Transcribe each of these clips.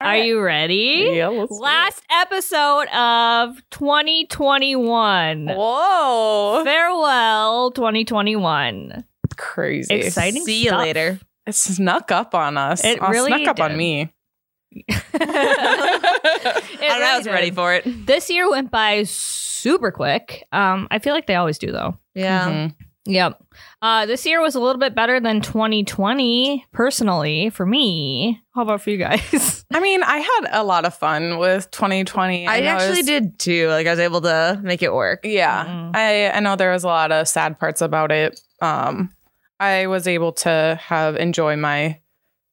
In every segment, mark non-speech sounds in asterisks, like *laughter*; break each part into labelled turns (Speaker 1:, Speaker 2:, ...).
Speaker 1: Are you ready?
Speaker 2: Yeah, let's do it.
Speaker 1: Last episode of 2021.
Speaker 2: Whoa.
Speaker 1: Farewell 2021.
Speaker 2: Crazy.
Speaker 1: Exciting
Speaker 3: See you
Speaker 1: stuff.
Speaker 3: later.
Speaker 2: It snuck up on us.
Speaker 1: It
Speaker 2: Uh,
Speaker 1: really
Speaker 2: snuck up on
Speaker 1: did. *laughs*
Speaker 2: me. *laughs*
Speaker 1: It
Speaker 3: I don't know. I was
Speaker 1: really
Speaker 3: ready
Speaker 1: did.
Speaker 3: for
Speaker 1: *laughs*
Speaker 3: it.
Speaker 1: This year went by super quick. Um, I feel like they always do though.
Speaker 2: Mhm.
Speaker 1: Yep. Uh, this year was a little bit better than 2020 personally for me. How about for you guys?
Speaker 2: I mean, I had a lot of fun with 2020.
Speaker 3: I
Speaker 2: know it
Speaker 3: actually
Speaker 2: was-
Speaker 3: did too. Like I was able to make it work.
Speaker 2: *laughs* Yeah.
Speaker 1: Mm.
Speaker 2: I, I know there was a lot of sad parts about it. Um, I was able to have enjoy my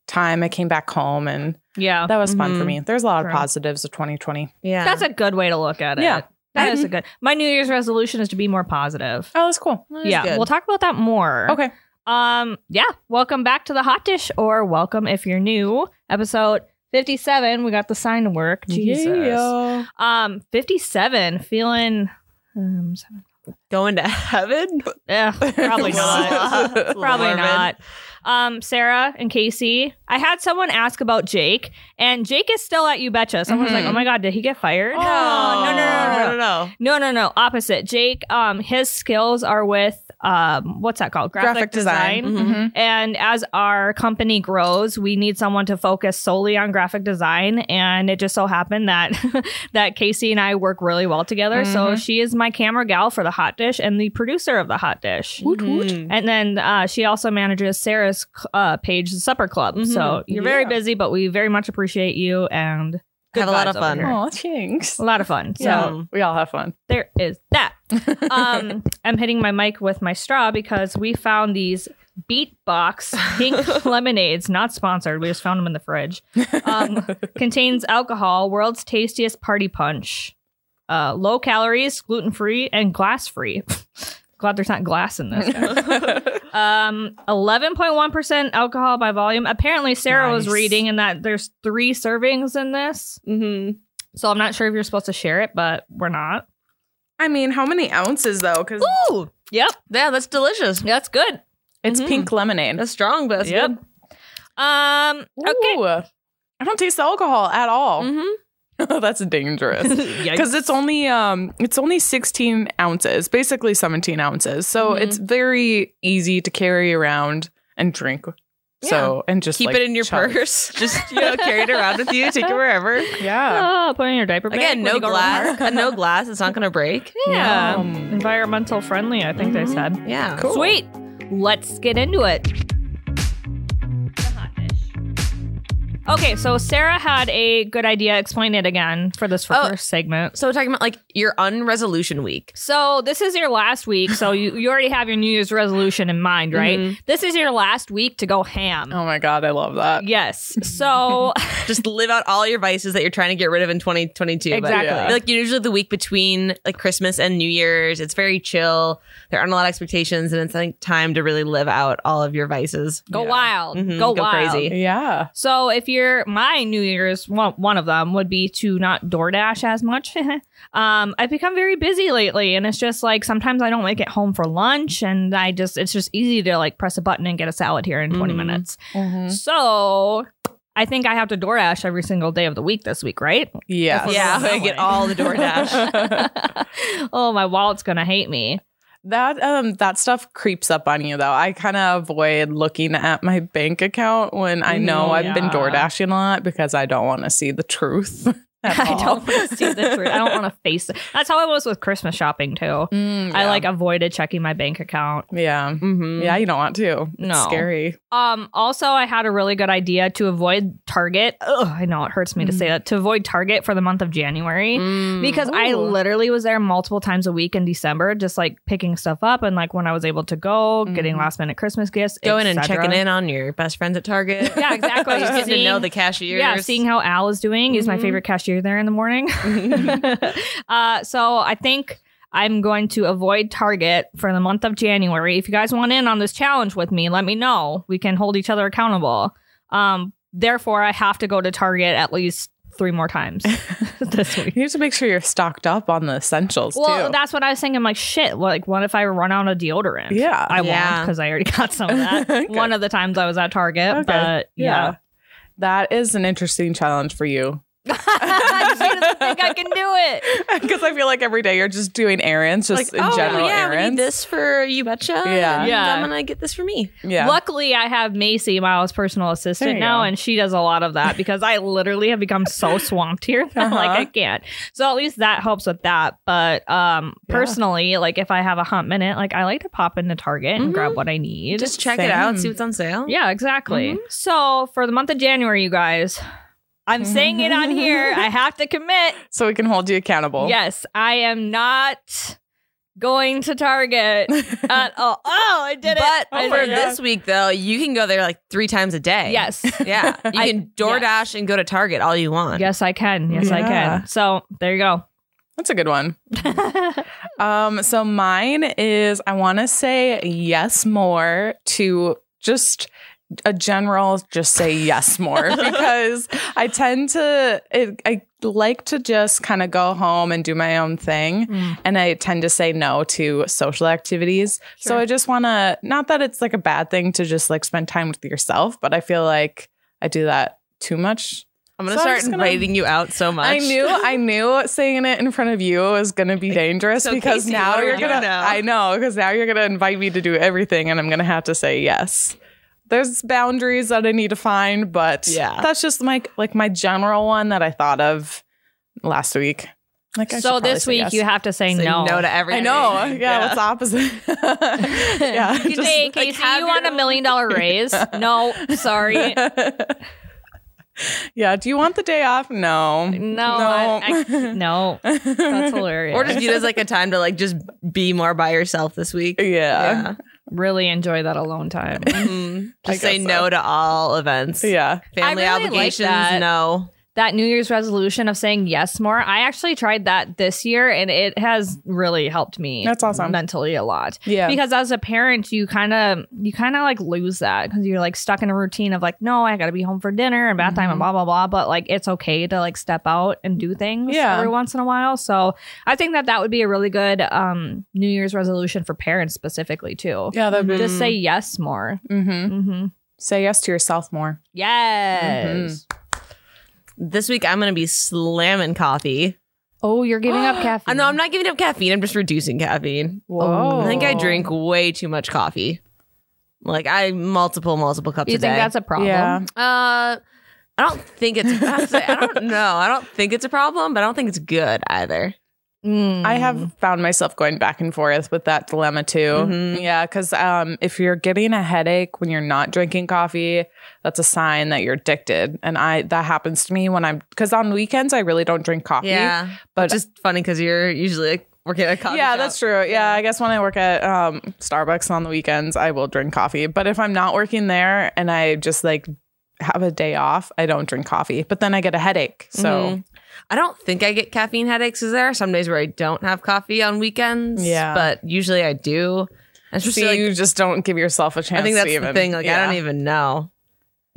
Speaker 2: time. I came back home and
Speaker 1: yeah.
Speaker 2: that was fun for
Speaker 1: Mm-hmm.
Speaker 3: Mhm.
Speaker 2: me. There's a lot of
Speaker 1: True.
Speaker 2: positives of 2020.
Speaker 3: Yeah.
Speaker 1: That's a good way to look at it.
Speaker 2: Yeah. Mm-hmm.
Speaker 1: That is a good. My New Year's resolution is to be more positive.
Speaker 2: Oh, that's cool.
Speaker 3: That was
Speaker 1: yeah,
Speaker 3: good.
Speaker 1: we'll talk about that more.
Speaker 2: Okay.
Speaker 1: Um, yeah, welcome back to the hot dish, or welcome if you're new. Episode 57. We got the sign to work. Jesus.
Speaker 2: Yeah.
Speaker 1: Um, 57. Feeling. Um, seven-
Speaker 3: Going to heaven?
Speaker 1: eh,
Speaker 3: *laughs*
Speaker 1: probably not. Probably
Speaker 3: Morbid.
Speaker 1: not. Um, Sarah and Casey. I had someone ask about Jake, and Jake is still at You Betcha. Someone's like,
Speaker 2: Mhm.
Speaker 1: "Oh my God, did he get fired?"
Speaker 2: Oh.
Speaker 1: no, no, no, no, no.
Speaker 3: no, no.
Speaker 1: No, no, no. Opposite. Jake, um, his skills are with um, what's that called?
Speaker 2: Graphic, design. Mhm.
Speaker 1: And as our company grows, we need someone to focus solely on graphic design. And it just so happened that *laughs* that Casey and I work really well together. So
Speaker 2: Mhm.
Speaker 1: she is my camera gal for the hot dish and the producer of the hot dish.
Speaker 2: Woot, woot.
Speaker 3: Mhm.
Speaker 1: And then uh, she also manages Sarah's uh, page, the Supper Club.
Speaker 3: Mhm.
Speaker 1: So you're very
Speaker 2: Mm-hmm. Yeah.
Speaker 1: busy, but we very much appreciate you and good
Speaker 3: Have a lot
Speaker 1: vibes
Speaker 3: of
Speaker 1: over
Speaker 3: fun.
Speaker 1: here.
Speaker 2: Aw, thanks.
Speaker 1: A lot of fun. Mm-hmm. So
Speaker 2: Yeah, we all have fun.
Speaker 1: there is that. Um, I'm hitting my mic with my straw because we found these beatbox pink lemonades, not sponsored. We just found them in the fridge. Um, contains alcohol, world's tastiest party punch, uh, low calories, gluten free, and glass free. *laughs* Glad there's not glass in this. Um, 11.1% alcohol by volume. Apparently, Sarah was
Speaker 2: Nice.
Speaker 1: reading and that there's three servings in this.
Speaker 3: Mhm.
Speaker 1: So I'm not sure if you're supposed to share it, but we're not.
Speaker 2: I mean, how many ounces though? Because
Speaker 3: Ooh.
Speaker 1: Yep,
Speaker 3: Yeah, that's delicious.
Speaker 1: that's good.
Speaker 2: it's
Speaker 3: Mhm.
Speaker 2: pink lemonade.
Speaker 3: That's strong, but that's
Speaker 1: Yep.
Speaker 3: good. *laughs*
Speaker 1: Um. Okay.
Speaker 2: Ooh. I don't taste the alcohol at all.
Speaker 3: Mhm.
Speaker 2: *laughs* That's
Speaker 1: *laughs*
Speaker 2: dangerous. Because it's only um it's only 16 ounces, basically 17 ounces. So
Speaker 3: Mhm.
Speaker 2: it's very easy to carry around and drink. So and just
Speaker 3: Keep
Speaker 2: like,
Speaker 3: it in your
Speaker 2: chug.
Speaker 3: purse. *laughs* Just you know, carry it around with you, take it wherever.
Speaker 1: *laughs*
Speaker 2: Yeah.
Speaker 1: Oh, put it in your diaper bag
Speaker 3: Again,
Speaker 1: when
Speaker 3: no
Speaker 1: you go to the park.
Speaker 3: glass. uh, no glass. It's not going to break.
Speaker 1: *laughs* Yeah. Um,
Speaker 2: Yum.
Speaker 1: Environmental friendly, I think they said.
Speaker 3: Yeah.
Speaker 2: Cool.
Speaker 1: Sweet. Let's get into it. Okay, so Sarah had a good idea. Explain it again for this
Speaker 3: Oh.
Speaker 1: first segment.
Speaker 3: So we're talking about like your unresolution week.
Speaker 1: So this is your last week. So you, you already have your New Year's resolution in mind, right?
Speaker 3: Mhm.
Speaker 1: This is your last week to go ham.
Speaker 2: Oh my god, I love that.
Speaker 1: Yes. So
Speaker 3: Just live out all your vices that you're trying to get rid of in 2022.
Speaker 1: *laughs*
Speaker 3: but-
Speaker 1: exactly.
Speaker 2: Yeah.
Speaker 3: I feel like usually the week between like Christmas and New Year's, it's very chill. There aren't a lot of expectations, and it's like time to really live out all of your vices.
Speaker 1: Go
Speaker 2: Yeah.
Speaker 1: wild.
Speaker 3: Mhm,
Speaker 1: Go,
Speaker 3: go
Speaker 1: wild.
Speaker 3: crazy.
Speaker 2: Yeah.
Speaker 1: So if you're my New Year's, one, one of them would be to not DoorDash as much. *laughs* um, I've become very busy lately, and it's just like sometimes I don't make it home for lunch, and I just it's just easy to like press a button and get a salad here in 20
Speaker 3: Mhm.
Speaker 1: minutes.
Speaker 2: Mm-hmm.
Speaker 1: So I think I have to DoorDash every single day of the week this week, right?
Speaker 2: Yeah.
Speaker 1: That's
Speaker 3: Yeah, *laughs*
Speaker 1: what I'm
Speaker 3: I get
Speaker 1: doing.
Speaker 3: all the DoorDash.
Speaker 1: *laughs* oh, my wallet's gonna hate me.
Speaker 2: That um that stuff creeps up on you though. I kind of avoid looking at my bank account when I know
Speaker 3: Mhm.
Speaker 2: I've been
Speaker 1: Yeah.
Speaker 2: door dashing a lot because I don't want to see the truth. *laughs*
Speaker 1: *laughs*
Speaker 2: at
Speaker 1: I
Speaker 2: all.
Speaker 1: don't want to see the truth. I don't want to face it. That's how I was with Christmas shopping too.
Speaker 2: Mm,
Speaker 1: I
Speaker 2: yeah.
Speaker 1: like avoided checking my bank account.
Speaker 2: yeah.
Speaker 3: mm-hmm.
Speaker 2: Yeah, you don't want to. It's
Speaker 1: No.
Speaker 2: scary.
Speaker 1: Um, also, I had a really good idea to avoid Target. Ugh, I know it hurts me to say that. To avoid Target for the month of January.
Speaker 3: Mm.
Speaker 1: Because I
Speaker 2: Ooh.
Speaker 1: literally was there multiple times a week in December, just like picking stuff up and like when I was able to go, getting
Speaker 2: Mhm.
Speaker 1: last minute Christmas gifts.
Speaker 3: going and
Speaker 1: et cetera.
Speaker 3: checking in on your best friends at Target.
Speaker 1: Yeah,
Speaker 3: *laughs*
Speaker 1: exactly.
Speaker 3: Just getting to know
Speaker 1: Seeing-
Speaker 3: the cashiers.
Speaker 1: Yeah, seeing how Al is doing. He's my
Speaker 3: Mhm.
Speaker 1: favorite cashier there in the morning. *laughs* uh, so I think I'm going to avoid Target for the month of January. If you guys want in on this challenge with me, let me know. We can hold each other accountable. Um, therefore, I have to go to Target at least three more times
Speaker 2: *laughs*
Speaker 1: *laughs* this week.
Speaker 2: You have to make sure you're stocked up on the essentials
Speaker 1: Well,
Speaker 2: too.
Speaker 1: that's what I was thinking. I'm like, shit. Like, what if I run out of deodorant?
Speaker 2: yeah.
Speaker 1: I won't
Speaker 3: Yeah.
Speaker 1: because I already got some of that.
Speaker 2: *laughs* Okay.
Speaker 1: One of the times I was at Target,
Speaker 2: Okay.
Speaker 1: but yeah. *laughs*
Speaker 2: yeah. That is an interesting challenge for you. *laughs*
Speaker 1: she doesn't think I can do it.
Speaker 2: Because I feel like every day you're just doing errands, just in general
Speaker 3: "Oh, yeah, we
Speaker 2: errands.
Speaker 3: need this for you betcha.
Speaker 2: Yeah.
Speaker 3: and
Speaker 1: Yeah.
Speaker 3: I'm gonna get this for me.
Speaker 2: Yeah.
Speaker 1: Luckily, I have Macy, Miles' personal
Speaker 2: There
Speaker 1: assistant
Speaker 2: you
Speaker 1: now,
Speaker 2: go.
Speaker 1: and she does a lot of
Speaker 2: *laughs*
Speaker 1: that because I literally have become so swamped here that like
Speaker 2: Uh-huh.
Speaker 1: I can't. So at least that helps with that. But um,
Speaker 2: Yeah.
Speaker 1: personally, like if I have a hump minute, like I like to pop into Target and
Speaker 3: Mhm.
Speaker 2: Mm-hmm.
Speaker 1: grab what I need.
Speaker 3: Just check it out,
Speaker 2: Same.
Speaker 3: see what's on sale.
Speaker 1: Yeah, exactly.
Speaker 2: Mm-hmm.
Speaker 1: So for the month of January, you guys, I'm saying it on
Speaker 2: *laughs*
Speaker 1: here. I have to commit.
Speaker 2: so we can hold you accountable. *laughs*
Speaker 1: Yes, I am not going to
Speaker 2: *laughs*
Speaker 1: Target
Speaker 3: Uh,
Speaker 1: at all. Oh, I did it.
Speaker 3: But
Speaker 1: I
Speaker 3: for
Speaker 1: did it.
Speaker 3: this week though, you can go there like three times a
Speaker 2: *laughs*
Speaker 3: day.
Speaker 1: Yes.
Speaker 3: Yeah. You
Speaker 1: I-
Speaker 3: can DoorDash and go to Target all you want.
Speaker 1: Yes, I can. Yes, I
Speaker 2: Yeah.
Speaker 1: can. So there you
Speaker 2: *laughs*
Speaker 1: go.
Speaker 2: That's a good one. Um, so mine is I want to say yes more to just a general just say yes more because I tend to it, I like to just kind of go home and do my own thing
Speaker 1: Mm.
Speaker 2: and I tend to say no to social activities. So
Speaker 1: Sure.
Speaker 2: I just want to not that it's like a bad thing to just like spend time with yourself, but I feel like I do that too much
Speaker 3: I'm gonna
Speaker 2: So I'm
Speaker 3: start
Speaker 2: just gonna-
Speaker 3: inviting you out so much.
Speaker 2: I knew I knew saying it in front of you was gonna be dangerous
Speaker 3: So,
Speaker 2: because
Speaker 3: Casey,
Speaker 2: now
Speaker 3: what are we
Speaker 2: you're
Speaker 3: doing
Speaker 2: gonna
Speaker 3: now?
Speaker 2: I know, because now you're gonna invite me to do everything and I'm gonna have to say yes. There's boundaries that I need to find, but
Speaker 3: Yeah.
Speaker 2: that's just my like my general one that I thought of last week. Like I should
Speaker 1: so
Speaker 2: probably
Speaker 1: this
Speaker 2: say
Speaker 1: week
Speaker 2: yes.
Speaker 1: you have to say,
Speaker 3: Say
Speaker 1: no. *laughs*
Speaker 3: no to
Speaker 2: I
Speaker 3: everything.
Speaker 2: know. Yeah, what's the opposite? *laughs*
Speaker 1: *laughs*
Speaker 2: yeah.
Speaker 1: You
Speaker 2: just-
Speaker 1: say, Casey,
Speaker 3: have
Speaker 1: you
Speaker 3: your
Speaker 1: want a
Speaker 3: own-
Speaker 1: million dollar raise? no, sorry.
Speaker 2: yeah. Do you want the day off? No.
Speaker 1: No, I- I- *laughs* no. That's hilarious.
Speaker 3: Or just use it as like a time to like just be more by yourself this week.
Speaker 2: yeah.
Speaker 1: really enjoy that alone time.
Speaker 2: *laughs*
Speaker 3: Mhm.
Speaker 2: I
Speaker 3: Just say
Speaker 2: guess
Speaker 3: no
Speaker 2: so.
Speaker 3: to all events.
Speaker 2: Yeah.
Speaker 3: Family
Speaker 1: I really like
Speaker 3: obligations,
Speaker 1: that.
Speaker 3: no.
Speaker 1: that New Year's resolution of saying yes more. I actually tried that this year and it has really helped me.
Speaker 2: That's awesome.
Speaker 1: Mentally a lot.
Speaker 2: Yeah.
Speaker 1: Because as a parent, you kind of you kind of like lose that because you're like stuck in a routine of like, no, I got to be home for dinner and bath time
Speaker 2: Mm-hmm.
Speaker 1: and blah blah blah. But like, it's okay to like step out and do things
Speaker 2: Yeah.
Speaker 1: every once in a while. So I think that that would be a really good um New Year's resolution for parents specifically too.
Speaker 2: yeah, that'd be
Speaker 1: Just say yes more.
Speaker 2: Mm-hmm.
Speaker 1: Mm-hmm.
Speaker 2: Say yes to yourself more.
Speaker 1: Yes.
Speaker 2: Mm-hmm.
Speaker 3: This week I'm gonna be slamming coffee.
Speaker 1: Oh, you're giving
Speaker 2: *gasps*
Speaker 1: up
Speaker 3: I
Speaker 1: caffeine.
Speaker 3: know I'm not giving up caffeine. I'm just reducing caffeine.
Speaker 2: Whoa.
Speaker 3: I think I drink way too much coffee. Like I multiple multiple cups
Speaker 1: You
Speaker 3: a day.
Speaker 1: think that's a problem?
Speaker 2: Yeah.
Speaker 3: uh I don't think it's I have to say, *laughs* I don't know. I don't think it's a problem, but I don't think it's good either.
Speaker 1: Mm.
Speaker 2: I
Speaker 3: Mm-hmm.
Speaker 2: have found myself going back and forth with that dilemma too.
Speaker 3: Mhm.
Speaker 2: Yeah, because um, if you're getting a headache when you're not drinking coffee, that's a sign that you're addicted. And I that happens to me when I'm because on weekends I really don't drink coffee.
Speaker 3: Yeah.
Speaker 2: but
Speaker 3: Just funny because you're usually like working at a coffee.
Speaker 2: yeah,
Speaker 3: shop.
Speaker 2: that's true. Yeah, I guess when I work at um, Starbucks on the weekends, I will drink coffee. But if I'm not working there and I just like have a day off, I don't drink coffee. But then I get a headache. So
Speaker 3: Mhm. I don't think I get caffeine headaches. Is there are some days where I don't have coffee on weekends?
Speaker 2: Yeah.
Speaker 3: but usually I do. And
Speaker 2: So
Speaker 3: especially, like,
Speaker 2: you just don't give yourself a chance.
Speaker 3: I think that's
Speaker 2: to even,
Speaker 3: the thing.
Speaker 2: *laughs*
Speaker 3: Like I don't even know.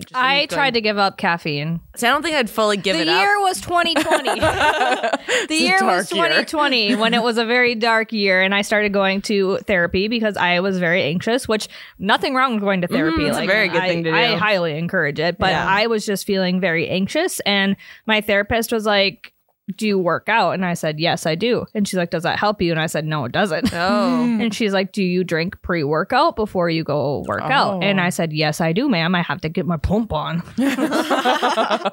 Speaker 3: Just
Speaker 1: I
Speaker 3: like going-
Speaker 1: tried to give up caffeine.
Speaker 3: See, I don't think I'd fully give
Speaker 1: the
Speaker 3: it
Speaker 1: year
Speaker 3: up.
Speaker 1: was 2020. the
Speaker 2: a
Speaker 1: year was
Speaker 2: dark year.
Speaker 1: 2020 when it was a very dark year, and I started going to therapy because I was very anxious. Which nothing wrong with going to therapy.
Speaker 3: Mhm, it's a very good
Speaker 1: I-
Speaker 3: thing to do.
Speaker 1: I highly encourage it, but
Speaker 3: Yeah.
Speaker 1: I was just feeling very anxious, and my therapist was like. Do you work out? And I said, Yes, I do. And she's like, Does that help you? And I said, No, it doesn't. *laughs*
Speaker 3: Oh,
Speaker 1: And she's like, Do you drink pre workout before you go work out?
Speaker 2: Oh.
Speaker 1: And I said, Yes, I do, ma'am. I have to get my pump
Speaker 3: *laughs*
Speaker 1: on.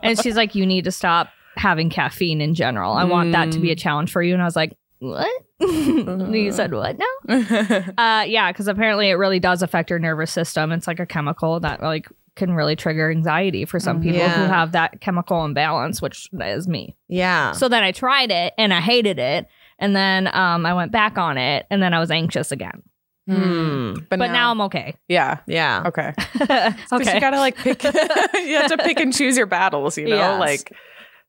Speaker 1: and she's like, You need to stop having caffeine in general. I want that to be
Speaker 3: Mm.
Speaker 1: a challenge for you. And I was like, What? *laughs* And you said, What now? Uh, yeah, because apparently it really does affect your nervous system. It's like a chemical that, like, can really trigger anxiety for some people
Speaker 3: Mm, Yeah.
Speaker 1: who have that chemical imbalance, which is me.
Speaker 3: yeah.
Speaker 1: So then I tried it and I hated it. And then um, I went back on it and then I was anxious again.
Speaker 3: Hmm.
Speaker 2: But,
Speaker 1: But now I'm *laughs* okay.
Speaker 2: yeah,
Speaker 3: Yeah.
Speaker 1: *laughs*
Speaker 2: okay. 'Cause
Speaker 1: okay. *laughs*
Speaker 2: *laughs* you gotta like pick. you have to pick and choose your battles. You know,
Speaker 1: Yes.
Speaker 2: like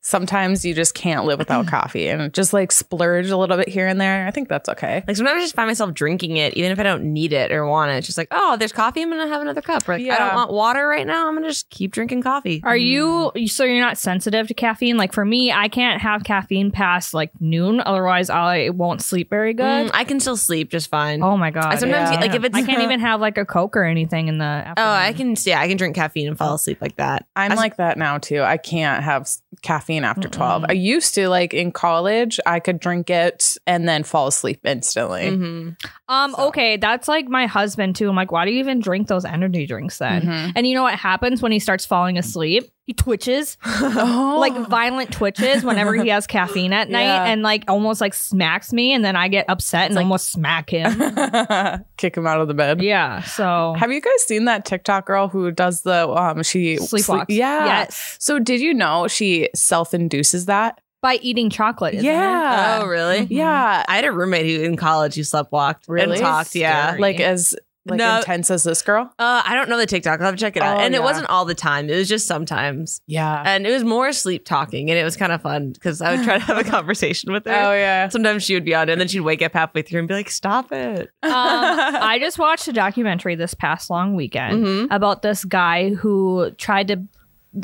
Speaker 2: sometimes you just can't
Speaker 1: *clears throat*
Speaker 2: live without coffee and just like splurge a little bit here and there. I think that's okay.
Speaker 3: Like sometimes I just find myself drinking it, even if I don't need it or want it. It's just like, oh, there's coffee. I'm gonna have another cup. Or like, I
Speaker 2: Yeah.
Speaker 3: don't want water right now. I'm gonna just keep drinking coffee.
Speaker 1: Are you
Speaker 3: Mm.
Speaker 1: so you're not sensitive to caffeine? Like for me, I can't have caffeine past like noon, otherwise I won't sleep very good.
Speaker 3: Mm, I can still sleep just fine.
Speaker 1: Oh my god!
Speaker 3: I sometimes
Speaker 2: yeah.
Speaker 3: like if it's
Speaker 1: I can't
Speaker 3: *laughs*
Speaker 1: even have like a coke or anything in the.
Speaker 3: Oh,
Speaker 1: Afternoon.
Speaker 3: I can yeah, I can drink caffeine and fall asleep like that.
Speaker 2: I'm
Speaker 3: I s-
Speaker 2: like that now too. I can't have s- caffeine after
Speaker 1: Mm-mm.
Speaker 2: 12. I used to like in college, I could drink it and then fall asleep instantly.
Speaker 3: Mhm.
Speaker 1: Um.
Speaker 2: So-
Speaker 1: Okay, that's like my husband too. I'm like, why do you even drink those energy drinks then?
Speaker 3: Mm-hmm.
Speaker 2: Mhm.
Speaker 1: And you know what happens when he starts falling asleep? He
Speaker 3: *gasps*
Speaker 1: twitches, *laughs*
Speaker 2: Oh.
Speaker 1: like violent twitches, whenever he has caffeine
Speaker 3: *laughs*
Speaker 1: at night,
Speaker 2: Yeah.
Speaker 1: and like almost like smacks me, and then I get upset and
Speaker 3: like-
Speaker 1: almost smack
Speaker 3: *laughs*
Speaker 1: him.
Speaker 2: *laughs* kick him out of the bed.
Speaker 1: yeah. So
Speaker 2: Have you guys seen that TikTok girl who does the um she
Speaker 1: sleepwalks.
Speaker 2: sleep- yeah.
Speaker 1: Yes.
Speaker 2: So did you know she self-induces that?
Speaker 1: By eating chocolate. isn't it?
Speaker 2: yeah.
Speaker 3: oh, really?
Speaker 2: Yeah.
Speaker 3: I had a roommate who in college who slept walked
Speaker 2: mm-hmm. Really?
Speaker 3: and talked. Yeah.
Speaker 1: Scary.
Speaker 2: Like as like
Speaker 3: No.
Speaker 2: intense as this girl?
Speaker 3: Uh, I don't know the TikTok. I'll have to check it
Speaker 2: Oh,
Speaker 3: out. and
Speaker 2: yeah.
Speaker 3: it wasn't all the time. It was just sometimes.
Speaker 2: *laughs* Yeah.
Speaker 3: And it was more sleep talking. And it was kind of fun because I would try to have a conversation with her.
Speaker 2: Oh *laughs* yeah.
Speaker 3: Sometimes she would be on it, and then she'd wake up halfway through and be like, stop it.
Speaker 2: *laughs*
Speaker 1: Um, I just watched a documentary this past long weekend
Speaker 2: Mm-hmm.
Speaker 3: Mhm.
Speaker 1: about this guy who tried to.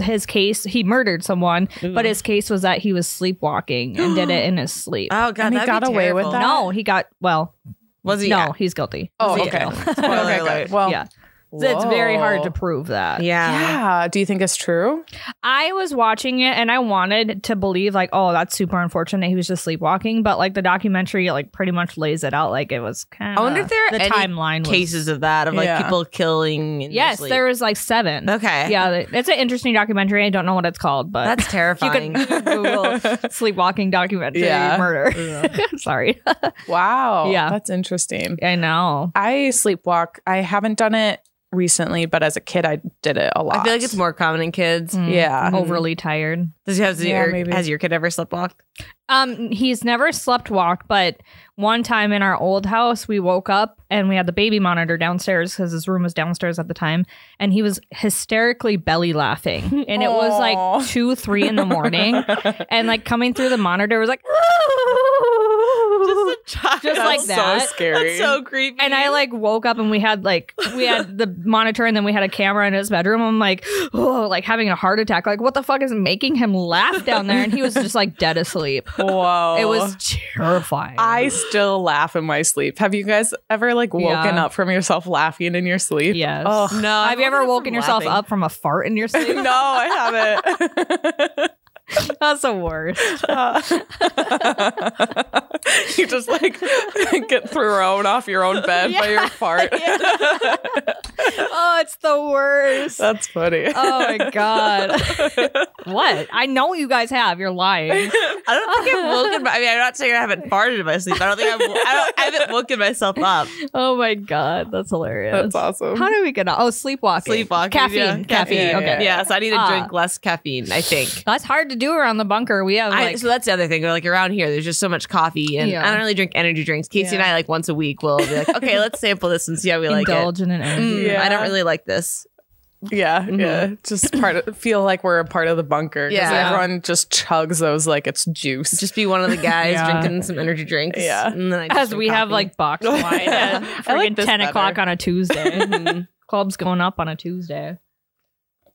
Speaker 1: His case, he murdered someone, but his case was that he was sleepwalking and did it in his sleep.
Speaker 2: *gasps*
Speaker 3: Oh, God.
Speaker 2: And he
Speaker 3: that'd
Speaker 2: got
Speaker 3: be
Speaker 2: away with
Speaker 3: terrible.
Speaker 2: that?
Speaker 1: No, he got well.
Speaker 3: Was he?
Speaker 1: no,
Speaker 3: Yeah.
Speaker 1: he's guilty.
Speaker 2: Oh,
Speaker 3: Yeah.
Speaker 1: *laughs*
Speaker 2: okay.
Speaker 3: Spoiler
Speaker 2: okay,
Speaker 3: alert.
Speaker 2: good. Well,
Speaker 1: yeah, So it's very hard to
Speaker 2: whoa.
Speaker 1: prove that.
Speaker 3: Yeah.
Speaker 2: Yeah. Do you think it's true?
Speaker 1: I was watching it and I wanted to believe like, oh, that's super unfortunate. He was just sleepwalking, but like the documentary like pretty much lays it out like it was kind of.
Speaker 3: I wonder if there are
Speaker 1: the
Speaker 3: any
Speaker 1: timeline was-
Speaker 3: Cases of that, of like
Speaker 2: Yeah.
Speaker 3: people killing. In their
Speaker 1: Yes,
Speaker 3: sleep.
Speaker 1: there was like seven.
Speaker 3: Okay.
Speaker 1: Yeah, th- it's an interesting documentary. I don't know what it's called, but
Speaker 3: That's
Speaker 1: *laughs* you
Speaker 3: terrifying.
Speaker 1: could Google
Speaker 3: *laughs*
Speaker 1: sleepwalking documentary
Speaker 2: Yeah.
Speaker 1: murder. *laughs* Sorry,
Speaker 2: Wow.
Speaker 1: Yeah.
Speaker 2: That's interesting.
Speaker 1: I know.
Speaker 2: I sleepwalk. I haven't done it recently, but as a kid, I did it a lot.
Speaker 3: I feel like it's more common in kids.
Speaker 1: Mm.
Speaker 2: Yeah.
Speaker 3: Mm-hmm.
Speaker 1: Overly tired.
Speaker 3: Does has
Speaker 2: Yeah,
Speaker 3: your
Speaker 2: maybe.
Speaker 3: has your kid ever
Speaker 2: *laughs*
Speaker 3: sleepwalked?
Speaker 1: Um, he's never slept walked, but one time in our old house, we woke up and we had the baby monitor downstairs because his room was downstairs at the time, and he was hysterically belly
Speaker 2: *laughs*
Speaker 1: laughing, and it was
Speaker 2: Aw.
Speaker 1: like two, three in the morning,
Speaker 2: *laughs*
Speaker 1: and like coming through the monitor was like, Just like
Speaker 2: That's
Speaker 1: that.
Speaker 2: So scary.
Speaker 3: creepy.
Speaker 1: and I like woke up and we had like we had the monitor and then we had a camera in his bedroom. I'm like, oh, like having a heart attack. Like, what the fuck is making him laugh down there? And he was just like dead asleep.
Speaker 2: Whoa.
Speaker 1: It was terrifying.
Speaker 2: I still laugh in my sleep. Have you guys ever like woken
Speaker 1: Yeah.
Speaker 2: up from yourself laughing in your sleep?
Speaker 1: Yes.
Speaker 2: Oh
Speaker 3: no.
Speaker 1: Have you ever woken yourself up from a fart in your sleep? *laughs*
Speaker 2: no, I haven't. *laughs*
Speaker 1: That's the worst.
Speaker 2: Uh, you just like *laughs* get thrown off your own bed by *laughs* your fart.
Speaker 1: Oh, it's the worst.
Speaker 2: That's *laughs* funny.
Speaker 1: Oh my god. *laughs* what? I know you guys have. You're lying.
Speaker 3: I don't think I've woken. I mean, I'm not saying I haven't farted in my sleep. I don't think I've. I, don't, I
Speaker 1: *laughs*
Speaker 3: haven't woken myself up.
Speaker 1: *laughs* Oh my god. That's hilarious.
Speaker 2: That's awesome.
Speaker 1: How do we get on? Oh, sleepwalking.
Speaker 3: Sleepwalking.
Speaker 1: Caffeine.
Speaker 3: yeah.
Speaker 1: Caffeine.
Speaker 2: Yeah,
Speaker 1: okay.
Speaker 2: yeah,
Speaker 3: Yeah. So I need to
Speaker 1: Ah.
Speaker 3: drink less caffeine. I think.
Speaker 1: That's hard to do around the bunker. We have
Speaker 3: I,
Speaker 1: like
Speaker 3: so that's the other thing. Like around here, there's just so much coffee, and
Speaker 1: Yeah.
Speaker 3: I don't really drink energy drinks. Casey and
Speaker 2: Yeah.
Speaker 3: I like once a week. We'll be like, okay, let's sample this and see how we like it.
Speaker 1: indulge in an energy.
Speaker 3: Mm, I
Speaker 2: Yeah.
Speaker 3: don't really like this.
Speaker 2: *laughs* Yeah, yeah. Just part of, feel like we're a part of the bunker because
Speaker 3: Yeah.
Speaker 2: everyone just chugs those like it's juice.
Speaker 3: Just be one of the guys
Speaker 1: *laughs* Yeah.
Speaker 3: drinking some energy drinks.
Speaker 2: Yeah.
Speaker 3: and then I just
Speaker 1: As
Speaker 3: drink
Speaker 1: we have
Speaker 3: coffee.
Speaker 1: like boxed wine at
Speaker 2: *laughs* I
Speaker 1: friggin'
Speaker 2: like this
Speaker 1: ten o'clock
Speaker 2: better.
Speaker 1: on a
Speaker 2: *laughs*
Speaker 1: Tuesday. Mm-hmm. Club's going up on a Tuesday. *sighs*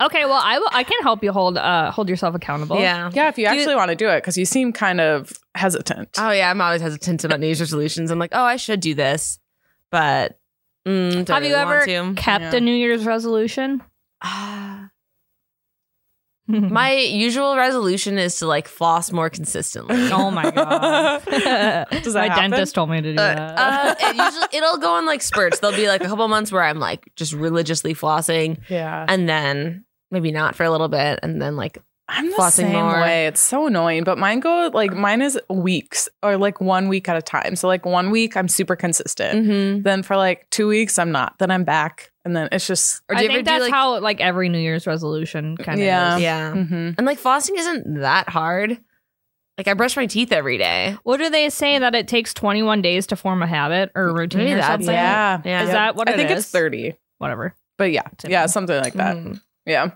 Speaker 1: Okay, well, I will- I can help you hold uh hold yourself accountable.
Speaker 3: yeah.
Speaker 2: yeah, if you
Speaker 1: Do you-
Speaker 2: actually want to do Uh, it, because you seem kind of hesitant.
Speaker 3: *laughs* Oh yeah, I'm always hesitant about New Year's resolutions. I'm like, oh, I should do this, but mm, do I
Speaker 1: Have you
Speaker 3: really want
Speaker 1: ever
Speaker 3: to?
Speaker 1: kept
Speaker 2: Yeah.
Speaker 1: a New Year's
Speaker 2: *laughs*
Speaker 1: resolution?
Speaker 3: Ah, *sighs* My usual resolution is to like floss more
Speaker 1: *laughs*
Speaker 3: consistently.
Speaker 1: *laughs* oh my god!
Speaker 2: *laughs* Does
Speaker 1: my
Speaker 2: that happen?
Speaker 1: dentist told me to do that.
Speaker 3: Uh, it usually it'll go in like spurts. There'll be like a couple months where I'm like just religiously flossing,
Speaker 2: yeah,
Speaker 3: and then maybe not for a little bit, and then like
Speaker 2: I'm the
Speaker 3: flossing
Speaker 2: same
Speaker 3: more.
Speaker 2: way. It's so annoying, but mine go like mine is weeks or like one week at a time. So like one week I'm super consistent,
Speaker 3: mhm.
Speaker 2: then for like two weeks I'm not, then I'm back, and then it's just
Speaker 3: or do
Speaker 1: I
Speaker 3: you ever
Speaker 1: think
Speaker 3: do
Speaker 1: that's
Speaker 3: like
Speaker 1: how like every New Year's resolution kind of
Speaker 2: Yeah.
Speaker 1: is.
Speaker 3: yeah,
Speaker 1: Mm-hmm.
Speaker 2: Mhm.
Speaker 3: and like flossing isn't that hard. Like I brush my teeth every day.
Speaker 1: What do they say that it takes 21 days to form a habit or a routine
Speaker 3: Maybe
Speaker 1: or
Speaker 3: that's
Speaker 1: something?
Speaker 3: it.
Speaker 2: yeah.
Speaker 3: Yeah,
Speaker 1: Is that what
Speaker 2: I
Speaker 1: it
Speaker 2: think
Speaker 1: is?
Speaker 2: it's thirty,
Speaker 1: Whatever.
Speaker 2: but yeah,
Speaker 1: It's in
Speaker 2: yeah,
Speaker 1: there.
Speaker 2: something like that.
Speaker 3: Mhm.
Speaker 2: Yeah.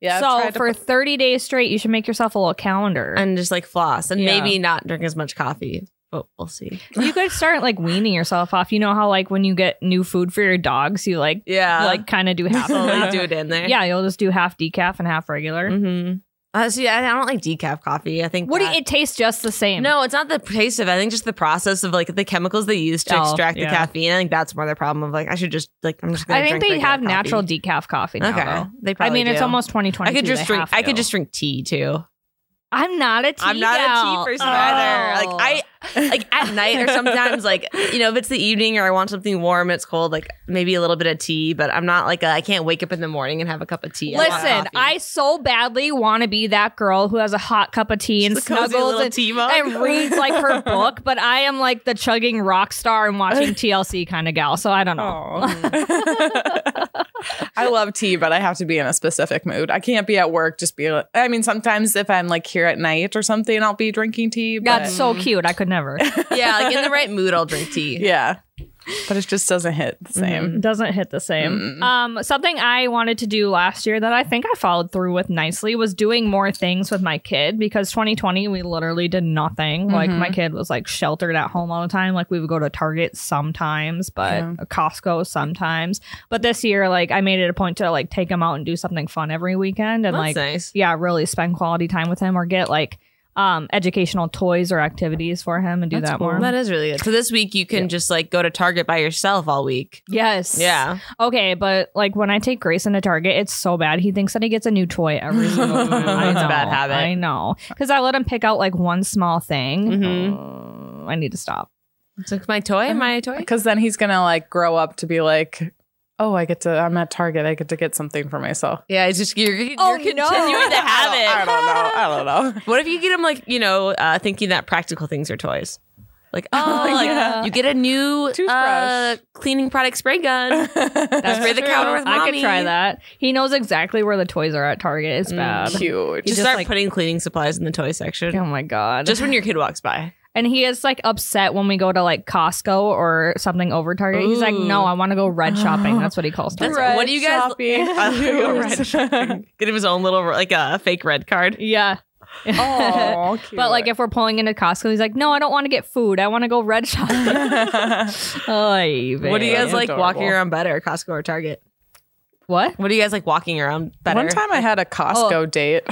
Speaker 2: Yeah. I've
Speaker 1: so
Speaker 2: tried to
Speaker 1: for
Speaker 2: put-
Speaker 1: 30 days straight, you should make yourself a little calendar.
Speaker 3: and just like floss and
Speaker 2: Yeah.
Speaker 3: maybe not drink as much coffee. But we'll see.
Speaker 1: you could start like weaning yourself off. You know how like when you get new food for your dogs, you like
Speaker 2: *laughs*
Speaker 3: Yeah,
Speaker 1: like kind of do
Speaker 3: *laughs*
Speaker 1: half. of *laughs*
Speaker 3: slowly
Speaker 1: that.
Speaker 3: Uh-huh. do it in there.
Speaker 1: yeah, you'll just do half decaf and half regular.
Speaker 3: Mm-hmm. Uh, see, I, I don't like decaf coffee. I think
Speaker 1: What do you,
Speaker 3: that-
Speaker 1: it tastes just the same.
Speaker 3: No, it's not the taste of. it. I think just the process of like the chemicals they use to
Speaker 1: Oh,
Speaker 3: extract the
Speaker 1: yeah.
Speaker 3: caffeine. I think that's more the problem of like I should just like I'm just. Gonna
Speaker 1: I think
Speaker 3: drink
Speaker 1: they
Speaker 3: regular
Speaker 1: have
Speaker 3: coffee.
Speaker 1: natural decaf coffee now.
Speaker 3: Okay,
Speaker 1: though.
Speaker 3: they
Speaker 1: I
Speaker 3: probably.
Speaker 1: mean, it's
Speaker 3: do.
Speaker 1: almost 2020.
Speaker 3: I could just drink. I could just drink tea too.
Speaker 1: I'm not a tea.
Speaker 3: I'm not
Speaker 1: gal.
Speaker 3: a tea person either.
Speaker 1: Oh.
Speaker 3: Like I, like at night or sometimes like you know if it's the evening or I want something warm, it's cold. Like maybe a little bit of tea, but I'm not like a, I can't wake up in the morning and have a cup of tea. want
Speaker 1: Listen,
Speaker 3: coffee.
Speaker 1: I so badly want to be that girl who has a hot cup of tea and
Speaker 3: Just a cozy
Speaker 1: snuggles
Speaker 3: little
Speaker 1: and,
Speaker 3: tea mug.
Speaker 1: and reads like
Speaker 3: *laughs*
Speaker 1: her book, but I am like the chugging rock star and watching TLC kind of gal. So I don't know. Mm. *laughs*
Speaker 2: Aw. I love tea, but I have to be in a specific mood. I can't be at work just be like, I mean, sometimes if I'm like here at night or something, I'll be drinking tea. But
Speaker 1: That's so cute. I could
Speaker 3: *laughs*
Speaker 1: never.
Speaker 3: yeah, like in the right mood, I'll drink
Speaker 2: *laughs*
Speaker 3: tea.
Speaker 2: yeah. But it just doesn't hit the
Speaker 1: Mm-hmm.
Speaker 2: same.
Speaker 1: Doesn't hit the same. Um, something I wanted to do last year that I think I followed through with nicely was doing more things with my kid because 2020 we literally did nothing. Like
Speaker 3: Mm-hmm.
Speaker 1: my kid was like sheltered at home all the time. Like we would go to Target sometimes, but uh,
Speaker 2: Yeah.
Speaker 1: Costco sometimes. But this year, like I made it a point to like take him out and do something fun every weekend and
Speaker 3: That's
Speaker 1: like
Speaker 3: nice.
Speaker 1: yeah, really spend quality time with him or get like um educational toys or activities for him and do that more.
Speaker 3: That is really good. So this week you can just like go to Target by yourself all week.
Speaker 1: Yes.
Speaker 3: Yeah.
Speaker 1: Okay, but like when I take Grayson to Target, it's so bad. He thinks that he gets a new toy
Speaker 3: *laughs*
Speaker 1: every single time. I
Speaker 3: That's a
Speaker 1: know,
Speaker 3: bad habit.
Speaker 1: I know. Because I let him pick out like one small thing.
Speaker 3: Mm-hmm.
Speaker 1: Uh, I need to stop.
Speaker 3: It's like my toy, my toy.
Speaker 2: Because then he's going to like grow up to be like, oh, I get to, I'm at Target. I get to get something for myself.
Speaker 3: Yeah, it's just you're, you're
Speaker 1: Oh,
Speaker 3: continuing
Speaker 1: no.
Speaker 2: *laughs*
Speaker 3: to have it.
Speaker 2: I don't know. I don't know.
Speaker 3: *laughs* What if you get them like you know uh, thinking that practical things are toys? Like oh, like,
Speaker 1: yeah.
Speaker 3: you get a new
Speaker 2: Toothbrush.
Speaker 3: uh, cleaning product spray
Speaker 2: *laughs*
Speaker 1: *laughs*
Speaker 3: gun. spray the
Speaker 1: True.
Speaker 3: counter with
Speaker 1: I
Speaker 3: mommy. Mm,
Speaker 1: could try that. He knows exactly where the toys are at Target. It's bad.
Speaker 2: Cute.
Speaker 3: Just,
Speaker 1: just,
Speaker 3: start
Speaker 1: like-
Speaker 3: putting cleaning supplies in the toy section.
Speaker 1: Oh my god.
Speaker 3: Just when your kid
Speaker 1: *laughs*
Speaker 3: walks by.
Speaker 1: and he is like upset when we go to like Costco or something over Target. He's like,
Speaker 3: Ooh.
Speaker 1: "No, I want to go red shopping."
Speaker 3: *gasps*
Speaker 1: That's what he calls Target.
Speaker 3: That's- what do you guys-
Speaker 2: shopping.
Speaker 3: *laughs*
Speaker 2: *laughs*
Speaker 3: Red shopping. Get him his own little like a fake red card.
Speaker 1: yeah.
Speaker 3: *laughs*
Speaker 2: Aw,
Speaker 1: But like
Speaker 2: cute.
Speaker 1: if we're pulling into Costco, he's like, "No, I don't want to get food. I want to go red
Speaker 3: *laughs*
Speaker 1: shopping." Ay,
Speaker 3: What do you guys
Speaker 1: babe.
Speaker 3: like
Speaker 2: Adorable.
Speaker 3: walking around better, Costco or Target?
Speaker 1: What?
Speaker 3: What do you guys like walking around better?
Speaker 2: One time I had a Costco
Speaker 3: *laughs*
Speaker 2: date.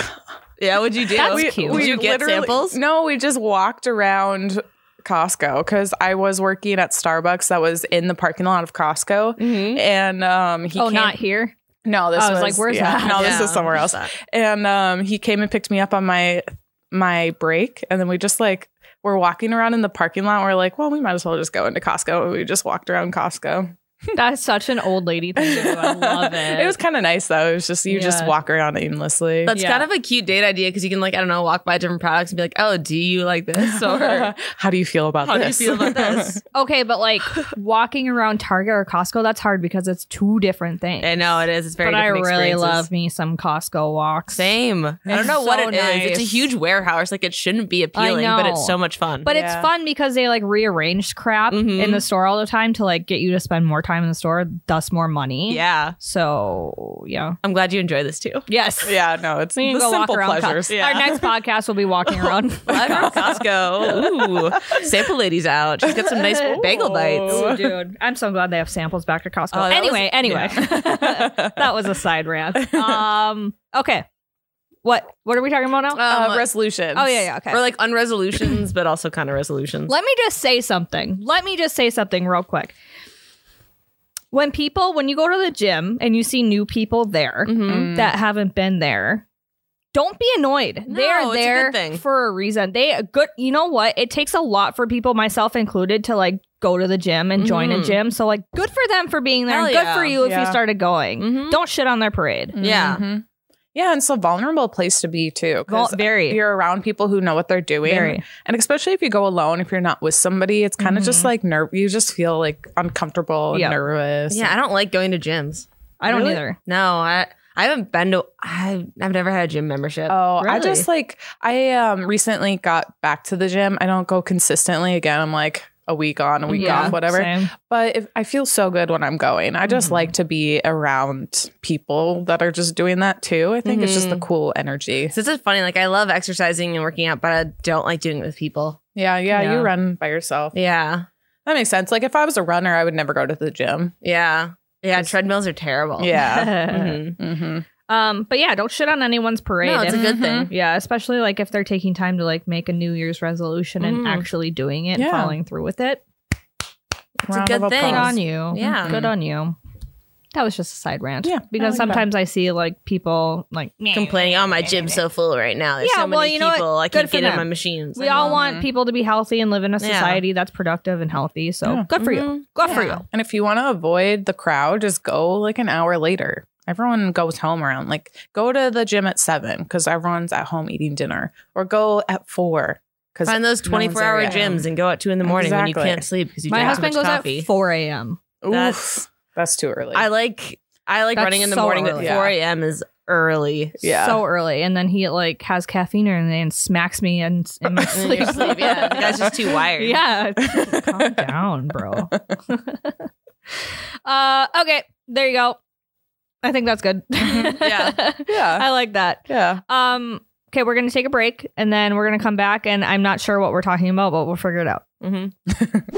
Speaker 3: yeah, what'd you do?
Speaker 1: That's We- cute.
Speaker 3: Did you get
Speaker 2: literally-
Speaker 3: samples?
Speaker 2: No, we just walked around Costco because I was working at Starbucks that was in the parking lot of Costco.
Speaker 3: Mm-hmm.
Speaker 2: And um, he
Speaker 1: oh,
Speaker 2: came,
Speaker 1: not here.
Speaker 2: No, this
Speaker 1: I was like, "Where's
Speaker 2: yeah,
Speaker 1: that?"
Speaker 2: No, this
Speaker 3: Yeah.
Speaker 2: is somewhere else. And um, he came and picked me up on my my break, and then we just like were walking around in the parking lot. we're like, well, we might as well just go into Costco. And we just walked around Costco.
Speaker 1: That's such an old lady thing to do.
Speaker 3: *laughs*
Speaker 1: I love it.
Speaker 2: *laughs* It was kind of nice though. It was just you just
Speaker 1: Yeah.
Speaker 2: walk around aimlessly.
Speaker 3: That's
Speaker 1: Yeah.
Speaker 3: kind of a cute date idea because you can like I don't know walk by different products and be like, oh, do you
Speaker 1: *laughs*
Speaker 3: like this or
Speaker 2: *laughs* How do you feel about
Speaker 3: how do you
Speaker 2: this? *laughs*
Speaker 3: feel about this?
Speaker 1: okay, but
Speaker 3: *laughs*
Speaker 1: like walking around Target or Costco, that's hard because it's two different things.
Speaker 3: I know it is. It's very.
Speaker 1: but I
Speaker 3: different
Speaker 1: really
Speaker 3: experiences.
Speaker 1: love me some Costco walks.
Speaker 3: Same. I don't
Speaker 1: It's
Speaker 3: know what
Speaker 1: so
Speaker 3: it is. It's a
Speaker 1: nice.
Speaker 3: huge warehouse. Like it shouldn't be appealing, but
Speaker 1: know.
Speaker 3: it's so much fun.
Speaker 1: But
Speaker 2: Yeah.
Speaker 1: it's fun because they like rearrange crap
Speaker 3: Mhm.
Speaker 1: in the store all the time to like get you to spend more time in the store, thus more money.
Speaker 3: *laughs* yeah,
Speaker 1: So yeah.
Speaker 3: I'm glad you enjoy
Speaker 1: *laughs*
Speaker 3: this too.
Speaker 1: Yes.
Speaker 2: Yeah, no, it's
Speaker 1: We can
Speaker 2: the
Speaker 1: go walk
Speaker 2: simple
Speaker 1: around. Co-
Speaker 2: pleasures. Oh,
Speaker 1: Our next podcast will be
Speaker 2: *laughs*
Speaker 1: walking around.
Speaker 3: Live
Speaker 1: *laughs*
Speaker 3: from Costco. Ooh, sample ladies out. She's got some nice bagel bites.
Speaker 1: Oh, *laughs* dude, I'm so glad they have samples back at Costco.
Speaker 3: Oh, that
Speaker 1: anyway,
Speaker 3: was-
Speaker 1: anyway, *laughs*
Speaker 2: *laughs*
Speaker 1: that was a side rant. Um, okay, what what are we talking about now?
Speaker 2: Uh,
Speaker 3: Um,
Speaker 2: resolutions.
Speaker 1: oh yeah, yeah, okay.
Speaker 3: or like unresolutions, but also kind of resolutions.
Speaker 1: Let me just say something. Let me just say something real quick. When people, when you go to the gym and you see new people there
Speaker 3: Mm-hmm.
Speaker 1: that haven't been there, don't be annoyed.
Speaker 3: No,
Speaker 1: they
Speaker 3: it's
Speaker 1: are
Speaker 3: a good
Speaker 1: there
Speaker 3: thing.
Speaker 1: for a reason. They a good. You know what? It takes a lot for people, myself included, to like go to the gym and join a
Speaker 3: Mhm.
Speaker 1: gym. So like, good for them for being there.
Speaker 3: Hell
Speaker 1: and
Speaker 3: yeah.
Speaker 1: Good for you if
Speaker 2: Yeah.
Speaker 1: you started going.
Speaker 3: Mhm.
Speaker 1: Don't shit on their parade.
Speaker 3: Yeah.
Speaker 2: Mhm. Yeah, and it's a vulnerable place to be too. 'cause
Speaker 1: Vul- very.
Speaker 2: You're around people who know what they're doing.
Speaker 1: Very.
Speaker 2: And especially if you go alone, if you're not with somebody, it's kind of just
Speaker 1: Mm-hmm.
Speaker 2: like nerve. You just feel like uncomfortable, and
Speaker 1: Yeah.
Speaker 2: nervous.
Speaker 3: Yeah, I don't like going to gyms.
Speaker 1: I don't
Speaker 2: Really?
Speaker 1: either.
Speaker 3: No, I I haven't been to. I I've never had a gym membership.
Speaker 2: Oh, I
Speaker 3: Really?
Speaker 2: just like I um recently got back to the gym. I don't go consistently again. I'm like, a week on, a week
Speaker 3: Yeah,
Speaker 2: off, whatever.
Speaker 1: Same.
Speaker 2: But if, I feel so good when I'm going. I just like to be around people that are just doing that too. I think it's just the cool energy.
Speaker 3: So this is funny. Like I love exercising and working out, but I don't like doing it with people.
Speaker 2: Yeah, yeah,
Speaker 1: Yeah.
Speaker 2: You run by yourself.
Speaker 3: Yeah.
Speaker 2: That makes sense. Like if I was a runner, I would never go to the gym.
Speaker 3: Yeah. Yeah. treadmills are terrible. *laughs*
Speaker 1: *laughs*
Speaker 2: Yeah.
Speaker 3: Mhm.
Speaker 2: hmm
Speaker 1: um, but yeah, don't shit on anyone's parade.
Speaker 3: No, it's a
Speaker 1: If-
Speaker 3: good thing.
Speaker 1: yeah, especially like if they're taking time to like make a New Year's resolution and
Speaker 3: Mhm.
Speaker 1: actually doing it, and
Speaker 2: Yeah.
Speaker 1: following through with it.
Speaker 2: It's
Speaker 3: a good thing.
Speaker 1: Good
Speaker 3: Balls.
Speaker 1: on you.
Speaker 3: Yeah.
Speaker 1: Good on you. That was just a side rant.
Speaker 2: Yeah,
Speaker 1: Because
Speaker 2: I like that.
Speaker 1: sometimes I see like people like
Speaker 3: *laughs* Complaining, oh, my gym's so full right now. There's
Speaker 1: Yeah,
Speaker 3: so many
Speaker 1: well, you know what?
Speaker 3: people. I
Speaker 1: Good
Speaker 3: can't
Speaker 1: for
Speaker 3: get in
Speaker 1: them.
Speaker 3: my machines.
Speaker 1: *laughs* We all
Speaker 3: Mm-hmm.
Speaker 1: want people to be healthy and live in a
Speaker 3: Yeah. Mm-hmm.
Speaker 1: society that's productive and healthy. So
Speaker 2: Yeah.
Speaker 1: good for you. Good for
Speaker 3: Yeah.
Speaker 1: you.
Speaker 2: And if you want to avoid the crowd, just go like an hour later. Everyone goes home around like go to the gym at seven because everyone's at home eating dinner, or go at four because
Speaker 3: Find those
Speaker 2: no one's
Speaker 3: 24 hour
Speaker 2: there yet.
Speaker 3: gyms and go at two in the morning when
Speaker 2: Exactly.
Speaker 3: you can't sleep because you
Speaker 1: My
Speaker 3: drank
Speaker 1: husband
Speaker 3: too
Speaker 1: goes
Speaker 3: much
Speaker 1: out
Speaker 3: coffee.
Speaker 1: at 4 a.m.
Speaker 3: That's-
Speaker 2: that's that's too early.
Speaker 3: I like I like
Speaker 1: That's
Speaker 3: running in the
Speaker 1: so
Speaker 3: morning
Speaker 1: early.
Speaker 3: at
Speaker 2: Yeah.
Speaker 3: 4 a.m. is early.
Speaker 2: Yeah.
Speaker 1: So early. And then he like has caffeine and then smacks me and in
Speaker 3: *laughs*
Speaker 1: my
Speaker 3: And
Speaker 1: *laughs*
Speaker 3: then
Speaker 1: sleep.
Speaker 3: you're asleep. Yeah, the guy's just too wired.
Speaker 1: yeah. Calm down, bro. *laughs* uh okay. There you go. I think that's good.
Speaker 3: Yeah. *laughs*
Speaker 2: yeah,
Speaker 1: *laughs* I like that.
Speaker 2: yeah.
Speaker 1: Um okay, we're gonna take a break and then we're gonna come back and I'm not sure what we're talking about, but we'll figure it out.
Speaker 3: Mhm.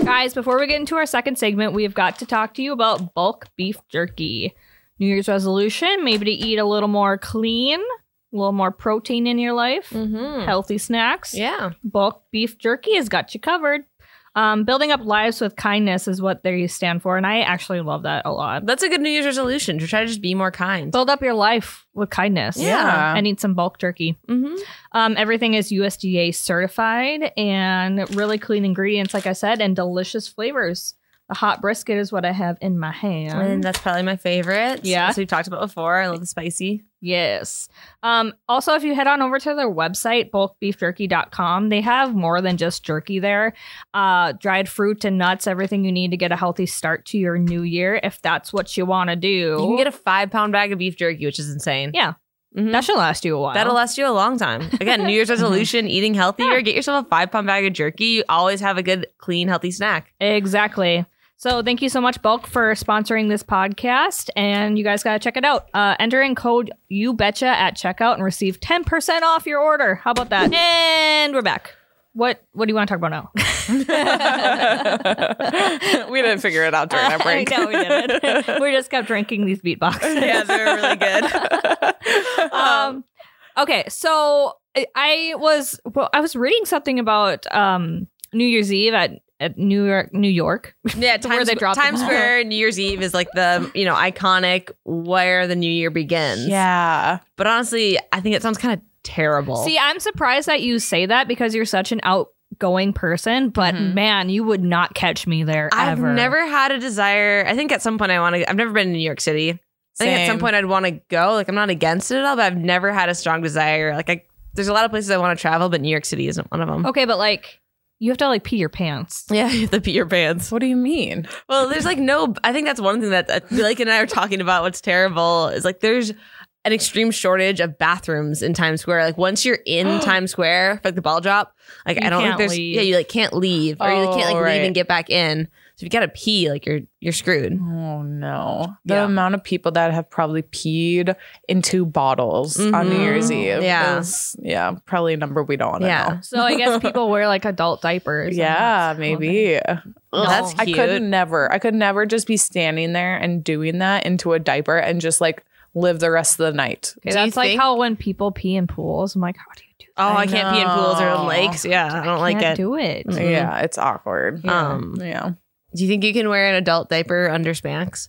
Speaker 1: Guys, before we get into our second segment, we've got to talk to you about bulk beef jerky. New Year's resolution, maybe to eat a little more clean, a little more protein in your life,
Speaker 3: Mm.
Speaker 1: healthy snacks.
Speaker 3: Yeah.
Speaker 1: Bulk beef jerky has got you covered. Um, building up lives with kindness is what they stand for, and I actually love that a lot.
Speaker 3: That's a good New Year's resolution to try to just be more kind.
Speaker 1: Build up your life with kindness.
Speaker 2: Yeah.
Speaker 1: I need some bulk jerky.
Speaker 3: Mm-hmm.
Speaker 1: Um, everything is USDA certified and really clean ingredients, like I said, and delicious flavors. The hot brisket is what I have in my hand.
Speaker 3: And that's probably my favorite.
Speaker 1: Yeah.
Speaker 3: As we've talked about before. I love the spicy.
Speaker 1: yes. Um, also, if you head on over to their website, bulkbeefjerky.com, they have more than just jerky there. Uh, dried fruit and nuts, everything you need to get a healthy start to your new year, if that's what you want to do.
Speaker 3: You can get a five pound bag of beef jerky, which is insane.
Speaker 1: Yeah.
Speaker 3: Mhm.
Speaker 1: that should last you a while.
Speaker 3: That'll last you a long time. Again, New Year's resolution, eating healthier, get yourself a five pound bag of jerky. You always have a good, clean, healthy snack.
Speaker 1: Exactly. So thank you so much, Bulk, for sponsoring this podcast. And you guys got to check it out. Uh, enter in code YouBetcha at checkout and receive 10% off your order. How about that? And we're back. What What do you want to talk about now?
Speaker 2: *laughs* we didn't figure it out during
Speaker 1: *laughs*
Speaker 3: *laughs*
Speaker 2: our break.
Speaker 1: no, we didn't. *laughs* we just kept drinking these beatboxes.
Speaker 3: *laughs* Yeah, they're really good.
Speaker 1: um okay so I- i was well i was reading something about um new year's eve at at new york new york
Speaker 3: Yeah,
Speaker 1: Where
Speaker 3: Times,
Speaker 1: they drop the
Speaker 3: Times
Speaker 1: ball.
Speaker 3: Square New Year's Eve is like the you know iconic where the new year begins.
Speaker 2: yeah,
Speaker 3: but honestly, I think it sounds kind of terrible.
Speaker 1: see i'm surprised that you say that because you're such an outgoing person but
Speaker 3: Mhm.
Speaker 1: man you would not catch me there
Speaker 3: I've
Speaker 1: ever.
Speaker 3: never had a desire. I think at some point I want to. I've never been to New York City. I think at some
Speaker 2: Same.
Speaker 3: point I'd want to go. Like I'm not against it at all, but I've never had a strong desire. Like I, there's a lot of places I want to travel, but New York City isn't one of them.
Speaker 1: okay but like you have to like pee your
Speaker 3: *laughs*
Speaker 1: pants
Speaker 3: Oh, Yeah, you have to pee your pants.
Speaker 2: What do you mean?
Speaker 3: Well, there's like no. I think that's one thing that uh, Blake and I are talking about. What's terrible is like there's an extreme shortage of bathrooms in Times Square. Like once you're in Times Square for like the ball drop, like
Speaker 1: You
Speaker 3: I don't think
Speaker 1: can't
Speaker 3: there's
Speaker 1: leave.
Speaker 3: yeah you like can't leave or you like, can't
Speaker 2: Oh,
Speaker 3: like leave
Speaker 2: right.
Speaker 3: and get back in. So if you gotta pee, like you're you're screwed.
Speaker 2: Oh no. The
Speaker 3: Yeah.
Speaker 2: amount of people that have probably peed into bottles on New Year's
Speaker 1: Mhm.
Speaker 2: Eve.
Speaker 3: Mm-hmm. Yeah.
Speaker 2: Is, yeah. Probably a number we don't want to
Speaker 3: Yeah.
Speaker 2: know.
Speaker 1: so i guess people wear like adult diapers and
Speaker 2: Yeah,
Speaker 1: that's one thing.
Speaker 2: maybe.
Speaker 3: Well,
Speaker 1: No.
Speaker 3: that's
Speaker 2: I
Speaker 3: cute.
Speaker 2: could never. I could never just be standing there and doing that into a diaper and just like live the rest of the night.
Speaker 1: okay,
Speaker 3: Do you
Speaker 1: that's like
Speaker 3: think-
Speaker 1: how when people pee in pools i'm like how do you do
Speaker 3: oh, I, can't pee in pools or in
Speaker 2: know.
Speaker 3: lakes. Yeah, I don't like
Speaker 1: can't
Speaker 3: it.
Speaker 1: do it
Speaker 3: Mhm.
Speaker 2: Yeah, it's awkward.
Speaker 1: Mm-hmm. Yeah.
Speaker 3: Um,
Speaker 2: Yeah.
Speaker 3: do you think you can wear an adult diaper under Spanx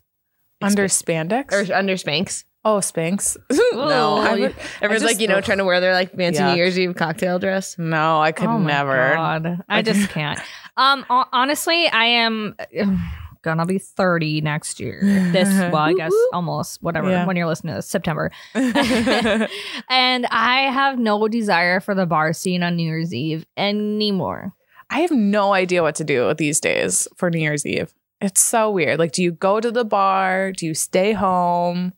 Speaker 2: Under spandex?
Speaker 3: or under Spanx?
Speaker 2: oh, Spanx. *laughs*
Speaker 1: No.
Speaker 2: I
Speaker 3: you-
Speaker 2: would-
Speaker 3: everyone's like
Speaker 2: just-
Speaker 3: you know
Speaker 2: ugh.
Speaker 3: trying to wear their like fancy
Speaker 2: Yuck.
Speaker 3: New Year's Eve cocktail dress.
Speaker 2: no, I could
Speaker 1: Oh my
Speaker 2: never.
Speaker 1: God. I
Speaker 2: *laughs*
Speaker 1: just can't. Um, ho- honestly, I am *sighs* gonna be 30 next year.
Speaker 2: *laughs*
Speaker 1: This, well, I guess almost whatever
Speaker 2: Yeah.
Speaker 1: when you're listening to this, September. *laughs* and I have no desire for the bar scene on New Year's Eve anymore.
Speaker 2: *laughs* I have no idea what to do these days for New Year's Eve. It's so weird. Like, do you go to the bar? Do you stay home?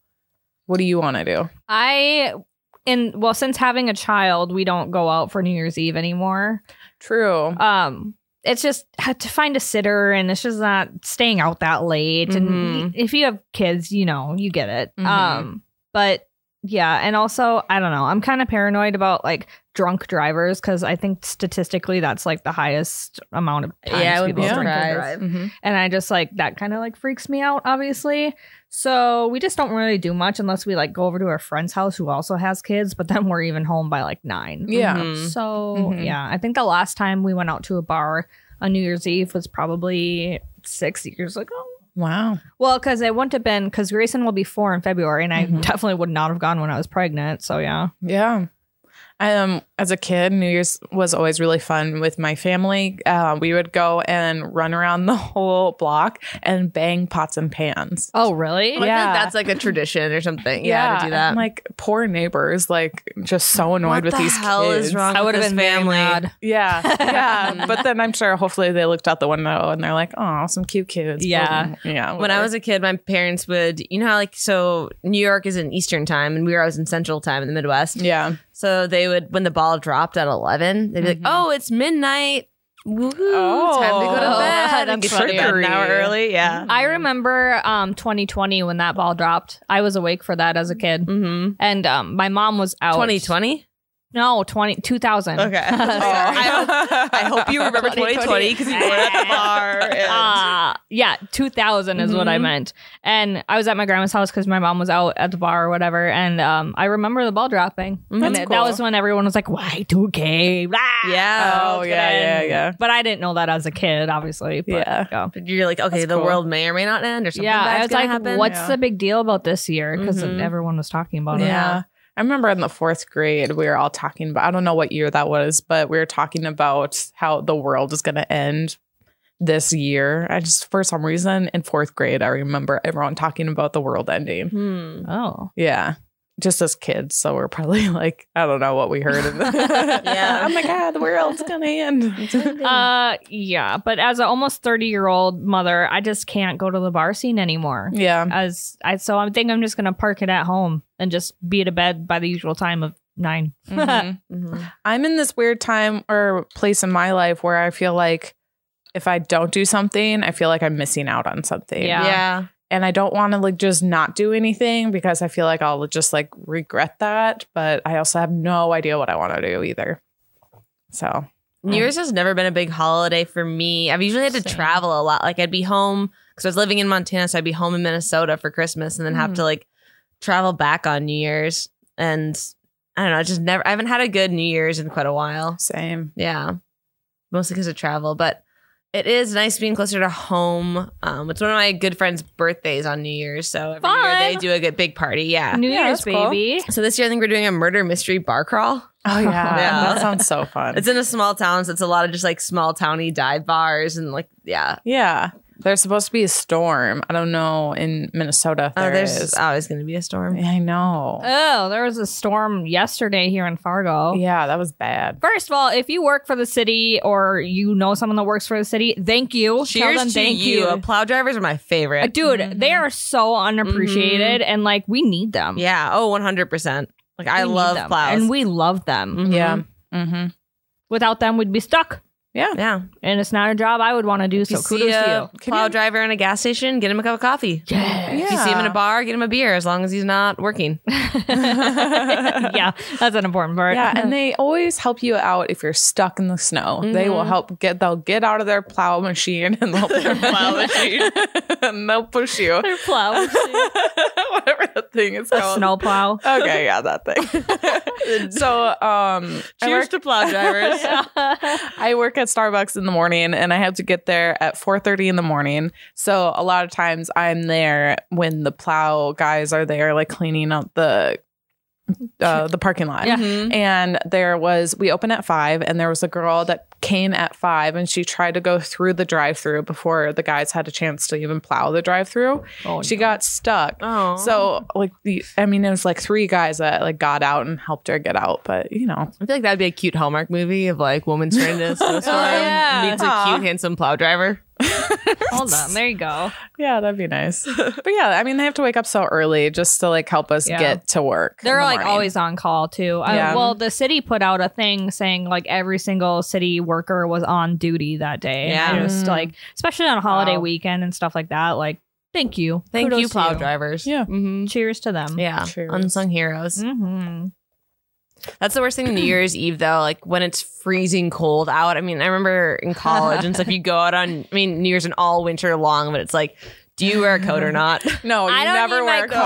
Speaker 2: What do you want to do?
Speaker 1: I, and well, since having a child, we don't go out for New Year's Eve anymore.
Speaker 2: True.
Speaker 1: Um, it's just had to find a sitter and it's just not staying out that late
Speaker 3: Mm-hmm.
Speaker 2: Mhm.
Speaker 1: and if you have kids you know you get it
Speaker 2: Mhm.
Speaker 1: um but yeah and also i don't know i'm kind of paranoid about like drunk drivers because i think statistically that's like the highest amount of times
Speaker 3: Yeah, I wouldn't be
Speaker 1: people drink and
Speaker 3: surprised.
Speaker 1: drive and i just like that kind of like freaks me out obviously so we just don't really do much unless we like go over to our friend's house who also has kids but then we're even home by like nine
Speaker 2: Yeah.
Speaker 3: Mhm.
Speaker 1: so
Speaker 2: Mhm.
Speaker 1: yeah, I think the last time we went out to a bar on New Year's Eve was probably six years ago.
Speaker 2: Wow.
Speaker 1: Well, because it wouldn't have been because Grayson will be four in February, and I
Speaker 3: Mm-hmm.
Speaker 2: Mhm.
Speaker 1: definitely would not have gone when I was pregnant. So yeah,
Speaker 2: Yeah. Um, as a kid, New Year's was always really fun with my family. Uh, we would go and run around *laughs* the whole block and bang pots and pans.
Speaker 1: oh really?
Speaker 3: I feel like
Speaker 2: Yeah.
Speaker 3: that's like a tradition or something. Yeah, to do
Speaker 2: and,
Speaker 3: that.
Speaker 2: like poor neighbors, like just so annoyed
Speaker 3: What
Speaker 2: with
Speaker 3: the
Speaker 2: these
Speaker 3: hell
Speaker 2: kids.
Speaker 3: is wrong?
Speaker 1: I would have
Speaker 3: With
Speaker 1: been
Speaker 3: this
Speaker 1: family.
Speaker 3: family.
Speaker 2: Yeah,
Speaker 3: *laughs*
Speaker 2: yeah. but then I'm sure, hopefully, they looked out the window and they're like, "Oh, some cute kids."
Speaker 1: Yeah.
Speaker 2: Well, yeah.
Speaker 3: When I was a kid, my parents would, you know how like so New York is in Eastern time and we were always in Central time in the Midwest.
Speaker 2: yeah,
Speaker 3: So they would when the ball dropped at eleven, they'd be like,
Speaker 2: Mhm.
Speaker 3: "Oh, it's midnight. Woohoo! time to go to
Speaker 1: Oh,
Speaker 3: bed.
Speaker 1: that's
Speaker 3: and get you to bed an
Speaker 2: funny.
Speaker 3: hour early. Yeah.
Speaker 1: I remember um 2020 when that ball dropped. I was awake for that as a kid,
Speaker 3: Mm-hmm.
Speaker 1: and um my mom was out.
Speaker 3: Twenty twenty.
Speaker 1: No, 20 2000.
Speaker 2: *laughs*
Speaker 3: Okay. *laughs* I,
Speaker 2: I, *laughs*
Speaker 3: I hope you *laughs* remember twenty twenty because you were at *laughs* the bar. and-
Speaker 1: Ah, yeah, 2000 is what I
Speaker 3: Mhm.
Speaker 2: Mm-hmm.
Speaker 1: meant. And I was at my grandma's house because my mom was out at the bar or whatever. And um, I remember the ball dropping. and
Speaker 2: Mm-hmm. That's
Speaker 1: it- that
Speaker 2: cool.
Speaker 1: was when everyone was like, why 2K? Blah.
Speaker 3: Yeah.
Speaker 2: Oh,
Speaker 1: It's
Speaker 2: yeah,
Speaker 1: gonna
Speaker 2: yeah,
Speaker 1: end.
Speaker 2: yeah.
Speaker 1: But I didn't know that as a kid, obviously. But,
Speaker 2: Yeah.
Speaker 1: yeah.
Speaker 3: But You're like, okay,
Speaker 2: That's
Speaker 3: the
Speaker 2: cool.
Speaker 3: world may or may not end, or something.
Speaker 1: Yeah, I
Speaker 3: bad's
Speaker 1: was
Speaker 3: gonna
Speaker 1: like,
Speaker 3: happen.
Speaker 1: what's
Speaker 2: Yeah. Mm-hmm.
Speaker 1: the big deal about this year? Because
Speaker 3: Mhm.
Speaker 1: everyone was talking about
Speaker 2: Yeah.
Speaker 1: it.
Speaker 2: I remember in the fourth grade, we were all talking about, I don't know what year that was, but we were talking about how the world is going to end this year. I just, for some reason, in fourth grade, I remember everyone talking about the world ending.
Speaker 3: Hmm.
Speaker 1: Oh.
Speaker 2: Yeah. Just as kids. So we're probably *laughs* like, I don't know what we heard. In the-
Speaker 1: *laughs*
Speaker 3: Yeah.
Speaker 2: *laughs* Oh my God, the world's going to end.
Speaker 3: Mm-hmm.
Speaker 1: Uh yeah, but as an almost 30-year-old mother, I just can't go to the bar scene anymore.
Speaker 2: yeah.
Speaker 1: as I so I think I'm just gonna park it at home and just be to bed by the usual time of 9 Mm-hmm.
Speaker 2: Mhm.
Speaker 3: Mhm.
Speaker 2: I'm in this weird time or place in my life where I feel like if I don't do something, I feel like I'm missing out on something.
Speaker 1: Yeah.
Speaker 3: yeah.
Speaker 2: and I don't want to like just not do anything because I feel like I'll just like regret that. But I also have no idea what I want to do either. So
Speaker 3: New Year's has never been a big holiday for me. I've usually had to
Speaker 1: Mm. Same.
Speaker 3: travel a lot. Like I'd be home because I was living in Montana, so I'd be home in Minnesota for Christmas, and then have
Speaker 1: Mhm.
Speaker 3: to like travel back on New Year's. And I don't know. I just never. I haven't had a good New Year's in quite a while.
Speaker 2: same.
Speaker 3: Yeah, mostly because of travel, but it is nice being closer to home. Um, it's one of my good friends' birthdays on New Year's, so every
Speaker 1: Fun.
Speaker 3: year they do a good big party. Yeah.
Speaker 1: New
Speaker 2: Yeah,
Speaker 1: Year's
Speaker 2: that's cool.
Speaker 1: baby.
Speaker 3: so this year I think we're doing a murder mystery bar crawl. *laughs*
Speaker 2: Oh yeah,
Speaker 3: Yeah.
Speaker 2: that sounds so fun.
Speaker 3: It's in a small town, so it's a lot of just like small towny dive bars and like yeah.
Speaker 2: yeah, there's supposed to be a storm. I don't know in Minnesota if
Speaker 3: Oh,
Speaker 2: there
Speaker 3: there's
Speaker 2: is.
Speaker 3: always going to be a storm.
Speaker 2: Yeah, I know.
Speaker 1: Oh, there was a storm yesterday here in
Speaker 3: Oh.
Speaker 1: Fargo.
Speaker 2: yeah, that was bad.
Speaker 1: First of all, if you work for the city or you know someone that works for the city, thank you. Tell
Speaker 3: Cheers
Speaker 1: them
Speaker 3: to
Speaker 1: thank
Speaker 3: you. Mm-hmm.
Speaker 1: you.
Speaker 3: Plow drivers are my
Speaker 1: Uh,
Speaker 3: favorite.
Speaker 1: Dude,
Speaker 2: Mhm.
Speaker 1: they are so unappreciated and like we need them.
Speaker 3: Mm-hmm. Yeah. Oh, 100%. Like I
Speaker 1: We need
Speaker 3: love
Speaker 1: them,
Speaker 3: plows.
Speaker 1: And we love them.
Speaker 3: Mhm.
Speaker 2: Yeah. Mm-hmm.
Speaker 1: Without them, we'd be stuck.
Speaker 3: Yeah.
Speaker 1: And it's not a job I would want to do. So
Speaker 3: If you
Speaker 1: kudos
Speaker 3: see
Speaker 1: to
Speaker 3: a
Speaker 1: you.
Speaker 3: plow driver in a gas station, get him a cup of coffee.
Speaker 1: Yes.
Speaker 3: If you see him in
Speaker 2: Yeah.
Speaker 3: a bar, get him a beer as long as he's not working.
Speaker 1: *laughs* yeah, that's an important part.
Speaker 2: Yeah,
Speaker 3: *laughs*
Speaker 2: and they always help you out if you're stuck in the snow. They will
Speaker 3: Mhm.
Speaker 2: help get they'll get out of their plow machine and
Speaker 3: *laughs*
Speaker 2: they'll, their plow machine *laughs* and they'll push
Speaker 1: *laughs*
Speaker 2: you.
Speaker 1: Their plow.
Speaker 2: *laughs* Whatever that thing is
Speaker 1: a *laughs*
Speaker 2: called.
Speaker 1: snow
Speaker 3: *laughs*
Speaker 1: plow.
Speaker 2: Okay, yeah,
Speaker 1: *laughs*
Speaker 2: that thing. so, um, I work,
Speaker 3: to plow drivers.
Speaker 2: I work at Starbucks in the morning, and I have to get there at four thirty in the morning. So a lot of times I'm there when the plow guys are there, like cleaning up the uh, the parking lot.
Speaker 1: Yeah.
Speaker 2: And there was, we open at five, and there was a girl that came at five and she tried to go through the drive through before the guys had a chance to even plow the drive through.
Speaker 1: Oh,
Speaker 2: She got stuck.
Speaker 3: *laughs* Oh.
Speaker 2: So, like, the, I mean, it was like three guys that like got out and helped her get out, but you know,
Speaker 3: I feel like that'd be a cute Hallmark movie of like woman's trying to snowstorm
Speaker 1: yeah.
Speaker 3: meets a
Speaker 2: Aw.
Speaker 3: cute, handsome plow driver.
Speaker 1: Hold on. There you go.
Speaker 2: Yeah, that'd be nice. But yeah, I mean, they have to wake up so early just to like help us
Speaker 1: Yeah.
Speaker 2: get to work. in
Speaker 1: They're
Speaker 2: the
Speaker 1: like
Speaker 2: morning.
Speaker 1: always on call too. I-
Speaker 2: Yeah.
Speaker 1: well, the city put out a thing saying like every single city worker was on duty that day. And I
Speaker 3: Yeah.
Speaker 1: just
Speaker 2: Mm.
Speaker 1: like especially on a holiday
Speaker 2: Wow.
Speaker 1: weekend and stuff like that. Like, thank you,
Speaker 3: Thank
Speaker 1: Kudos
Speaker 3: you,
Speaker 1: to
Speaker 3: plow drivers.
Speaker 2: Yeah.
Speaker 3: Mm-hmm.
Speaker 1: Cheers to them.
Speaker 3: Yeah.
Speaker 2: Cheers.
Speaker 3: Unsung heroes.
Speaker 1: hmm
Speaker 3: That's the worst thing New
Speaker 2: *clears throat*
Speaker 3: Year's Eve though, like when it's freezing cold out. I mean, I remember
Speaker 2: *laughs*
Speaker 3: in college and stuff you go out on I mean, New Year's and all winter long, but it's like, do you wear a coat
Speaker 2: *laughs*
Speaker 3: or not?
Speaker 2: No, you never wear a coat.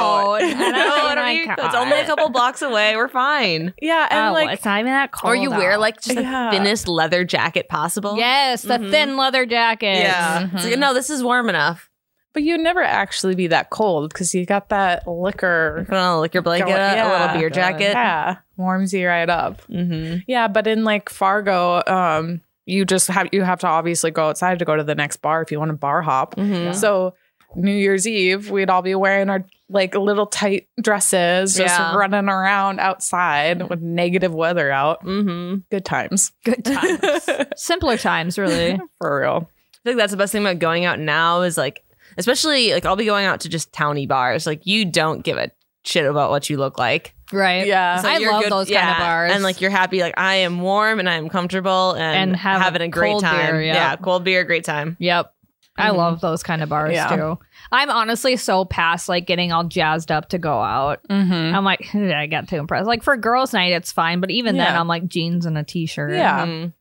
Speaker 2: *laughs* Oh
Speaker 1: I don't need my
Speaker 3: need-
Speaker 1: coat.
Speaker 3: It's only a couple blocks away. We're fine.
Speaker 2: Yeah, and
Speaker 1: oh,
Speaker 2: like
Speaker 1: it's not even that cold.
Speaker 3: or you wear
Speaker 1: out.
Speaker 3: like just
Speaker 2: *laughs*
Speaker 3: the
Speaker 2: Yeah.
Speaker 3: thinnest leather jacket possible.
Speaker 1: yes, the
Speaker 3: Mhm.
Speaker 1: thin leather jacket.
Speaker 3: Yeah.
Speaker 2: Mhm.
Speaker 3: It's like, no, this is warm enough.
Speaker 2: But you'd never actually be that cold because you got that liquor.
Speaker 3: Put on a liquor blanket,
Speaker 2: Go-
Speaker 3: a
Speaker 2: yeah.
Speaker 3: little beer jacket.
Speaker 2: Yeah, warms you right up.
Speaker 3: Mm-hmm.
Speaker 2: Yeah, but in like Fargo, um, you just have you have to obviously go outside to go to the next bar if you want to bar hop.
Speaker 3: Mm-hmm.
Speaker 2: So New Year's Eve, we'd all be wearing our like little tight dresses, just
Speaker 3: Yeah.
Speaker 2: running around outside with negative weather out.
Speaker 3: Mm-hmm.
Speaker 2: Good times
Speaker 1: Good times. Simpler times,
Speaker 3: *laughs*
Speaker 1: really.
Speaker 2: for real.
Speaker 3: I feel like that's the best thing about going out now is like, especially like I'll be going out to just towny bars. Like you don't give a shit about what you look like.
Speaker 1: Right.
Speaker 2: Yeah.
Speaker 1: Uh, I
Speaker 3: you're
Speaker 1: love those kind of bars.
Speaker 3: And like you're happy, like I am warm and I am comfortable and,
Speaker 1: And have a
Speaker 3: having a great
Speaker 1: cold
Speaker 3: time.
Speaker 1: beer, yeah.
Speaker 3: cold beer, great time.
Speaker 1: Yep. I
Speaker 2: Mhm.
Speaker 1: love those kind of bars
Speaker 2: Yeah.
Speaker 1: too. I'm honestly so past like getting all jazzed up to go out.
Speaker 2: Mm-hmm.
Speaker 1: I'm like, *laughs* I got too impressed. Like for girls' night, it's fine, but even then,
Speaker 2: Yeah.
Speaker 1: I'm like jeans and a t-shirt.
Speaker 2: Yeah.
Speaker 3: Mhm.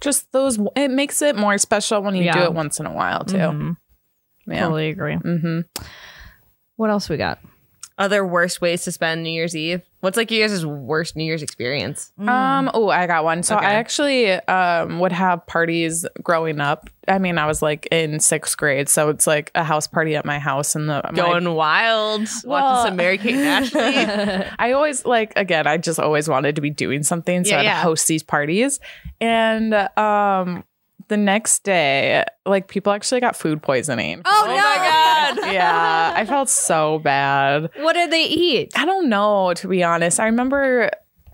Speaker 2: Just those. It makes it more special when you do
Speaker 1: Yeah.
Speaker 2: it once in a while too.
Speaker 1: Mhm.
Speaker 2: Yeah.
Speaker 1: Totally agree.
Speaker 2: Mm-hmm.
Speaker 1: What else we got?
Speaker 3: Other worst ways to spend New Year's Eve. What's like your guys' worst New Year's experience?
Speaker 1: Uh,
Speaker 2: Um, oh, I got one. So
Speaker 3: Okay.
Speaker 2: I actually um would have parties growing up. I mean, I was like in sixth grade, so it's like a house party at my house and the my-
Speaker 3: Going wild,
Speaker 2: Well-
Speaker 3: watching some Mary Kate and Ashley.
Speaker 1: *laughs*
Speaker 2: I always like again, I just always wanted to be doing something, so
Speaker 3: Yeah,
Speaker 2: I'd
Speaker 3: yeah.
Speaker 2: host these parties. And um the next day, like people actually got food poisoning.
Speaker 1: oh,
Speaker 3: oh
Speaker 1: no!
Speaker 3: my
Speaker 2: *laughs*
Speaker 3: god.
Speaker 2: Yeah. I felt so bad.
Speaker 1: What did they eat?
Speaker 2: I don't know, to be honest. I remember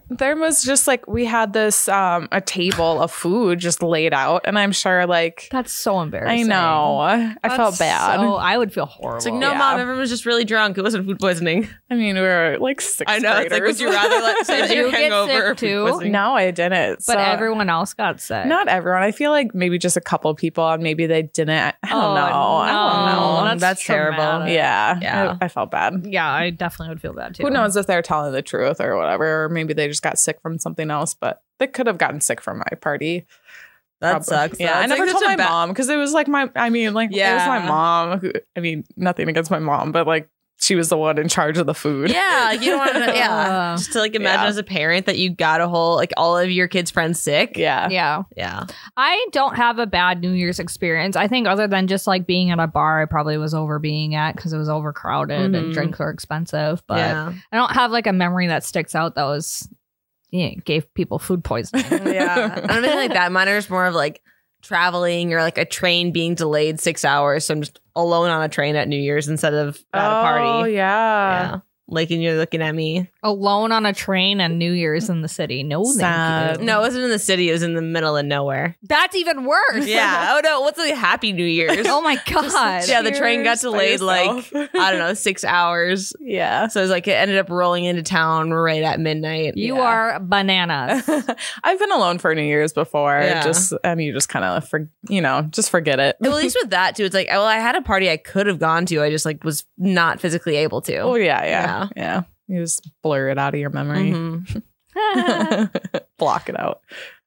Speaker 2: there was just like we had this um a table of food just laid out, and I'm sure like
Speaker 1: That's so embarrassing.
Speaker 2: I know. I
Speaker 1: That's
Speaker 2: felt bad.
Speaker 1: so- I would feel horrible.
Speaker 3: It's like, no,
Speaker 2: Yeah.
Speaker 3: mom, everyone was just really drunk. It wasn't food poisoning.
Speaker 2: I mean, we were like six.
Speaker 3: I know. It's like, would you rather
Speaker 1: *laughs*
Speaker 3: let say
Speaker 1: Did
Speaker 3: that you're
Speaker 1: you get
Speaker 3: hangover
Speaker 1: sick
Speaker 3: or food
Speaker 1: too?
Speaker 2: *laughs*
Speaker 3: poisoning?
Speaker 2: no, I didn't.
Speaker 1: but everyone else got sick.
Speaker 2: not everyone. I feel like maybe just a couple people, and maybe they didn't. I don't
Speaker 1: Oh,
Speaker 2: know. I
Speaker 1: no.
Speaker 2: don't know.
Speaker 1: That's
Speaker 3: terrible.
Speaker 1: traumatic.
Speaker 2: yeah,
Speaker 3: Yeah.
Speaker 2: I, I felt bad.
Speaker 1: Yeah, I definitely would feel bad too.
Speaker 2: Who knows *laughs* if they're telling the truth or whatever, or maybe they just got sick from something else. But they could have gotten sick from my party.
Speaker 3: That
Speaker 2: Probably.
Speaker 3: sucks.
Speaker 2: Yeah, I
Speaker 3: That's, like,
Speaker 2: never
Speaker 3: such
Speaker 2: told my
Speaker 3: a ba-
Speaker 2: mom because it was like my. I mean, like it was
Speaker 3: Yeah.
Speaker 2: my mom. Who, I mean, nothing against my mom, but like she was the one in charge of the food.
Speaker 3: Yeah, like, you don't want to. Yeah,
Speaker 1: Uh,
Speaker 3: just to like imagine
Speaker 2: yeah.
Speaker 3: as a parent that you got a whole like all of your kids' friends
Speaker 2: *laughs*
Speaker 3: sick.
Speaker 2: yeah.
Speaker 1: Yeah.
Speaker 3: yeah.
Speaker 1: I don't have a bad New Year's experience. I think other than just like being at a bar, I probably was over being at because it was overcrowded
Speaker 3: Mhm.
Speaker 1: and drinks were expensive. But
Speaker 3: yeah.
Speaker 1: I don't have like a memory that sticks out that was you know, gave people food
Speaker 3: *laughs*
Speaker 1: poisoning.
Speaker 2: *laughs*
Speaker 3: yeah, I don't think like that. Mine is more of like traveling or like a train being delayed six hours, so I'm just alone on a train at New Year's instead of at a
Speaker 2: Oh
Speaker 3: party.
Speaker 2: yeah.
Speaker 3: yeah. Like and you're looking at me.
Speaker 1: Alone on a train and New Year's in the city. No, thank
Speaker 2: Sad.
Speaker 1: you.
Speaker 3: No, it wasn't in the city. It was in the middle
Speaker 2: *laughs*
Speaker 3: of nowhere.
Speaker 1: that's even worse.
Speaker 3: Yeah. Oh no. What's a happy New Year's?
Speaker 1: *laughs* oh my god.
Speaker 3: yeah, the train got
Speaker 2: Cheers by
Speaker 3: delayed like
Speaker 2: yourself. *laughs*
Speaker 3: I don't know six hours.
Speaker 2: Yeah.
Speaker 3: So it was like it ended up rolling into town right at midnight.
Speaker 1: You
Speaker 2: Yeah.
Speaker 1: are
Speaker 3: *laughs*
Speaker 1: bananas.
Speaker 2: *laughs*
Speaker 1: *laughs*
Speaker 2: I've been alone for New Year's before.
Speaker 3: Yeah.
Speaker 2: Just and you just kind of for you know just forget it.
Speaker 3: well, at least with that too, it's like, well, I had a party I could have gone to. I just like was not physically able to.
Speaker 2: Oh yeah, yeah, yeah. You just blur it out of your memory,
Speaker 3: Mhm.
Speaker 2: *laughs* block it out.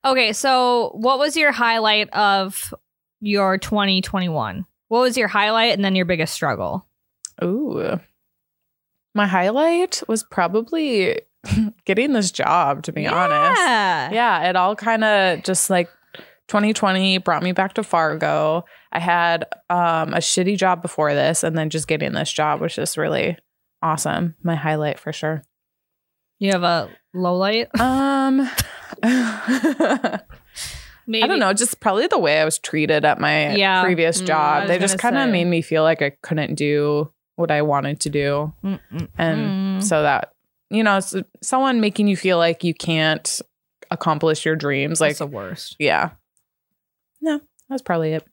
Speaker 1: okay, so what was your highlight of your 2021? What was your highlight and then your biggest struggle?
Speaker 2: Ooh, my highlight was probably *laughs* getting this job. To be honest,
Speaker 1: Yeah.
Speaker 2: yeah. It all kind of just like 2020 brought me back to Fargo. I had um, a shitty job before this, and then just getting this job was just really awesome. My highlight for sure.
Speaker 1: You have a low light?
Speaker 2: Um,
Speaker 1: Maybe.
Speaker 2: I don't know. Just probably the way I was treated at my
Speaker 1: Yeah.
Speaker 2: previous
Speaker 3: Mm, I
Speaker 2: job.
Speaker 1: was
Speaker 2: They just
Speaker 1: gonna
Speaker 2: kind of
Speaker 1: say.
Speaker 2: made me feel like I couldn't do what I wanted to do,
Speaker 1: Mm-mm.
Speaker 2: and
Speaker 1: Mm.
Speaker 2: so that you know, s someone making you feel like you can't accomplish your dreams. Like,
Speaker 1: That's the worst.
Speaker 2: yeah, no, that's probably it.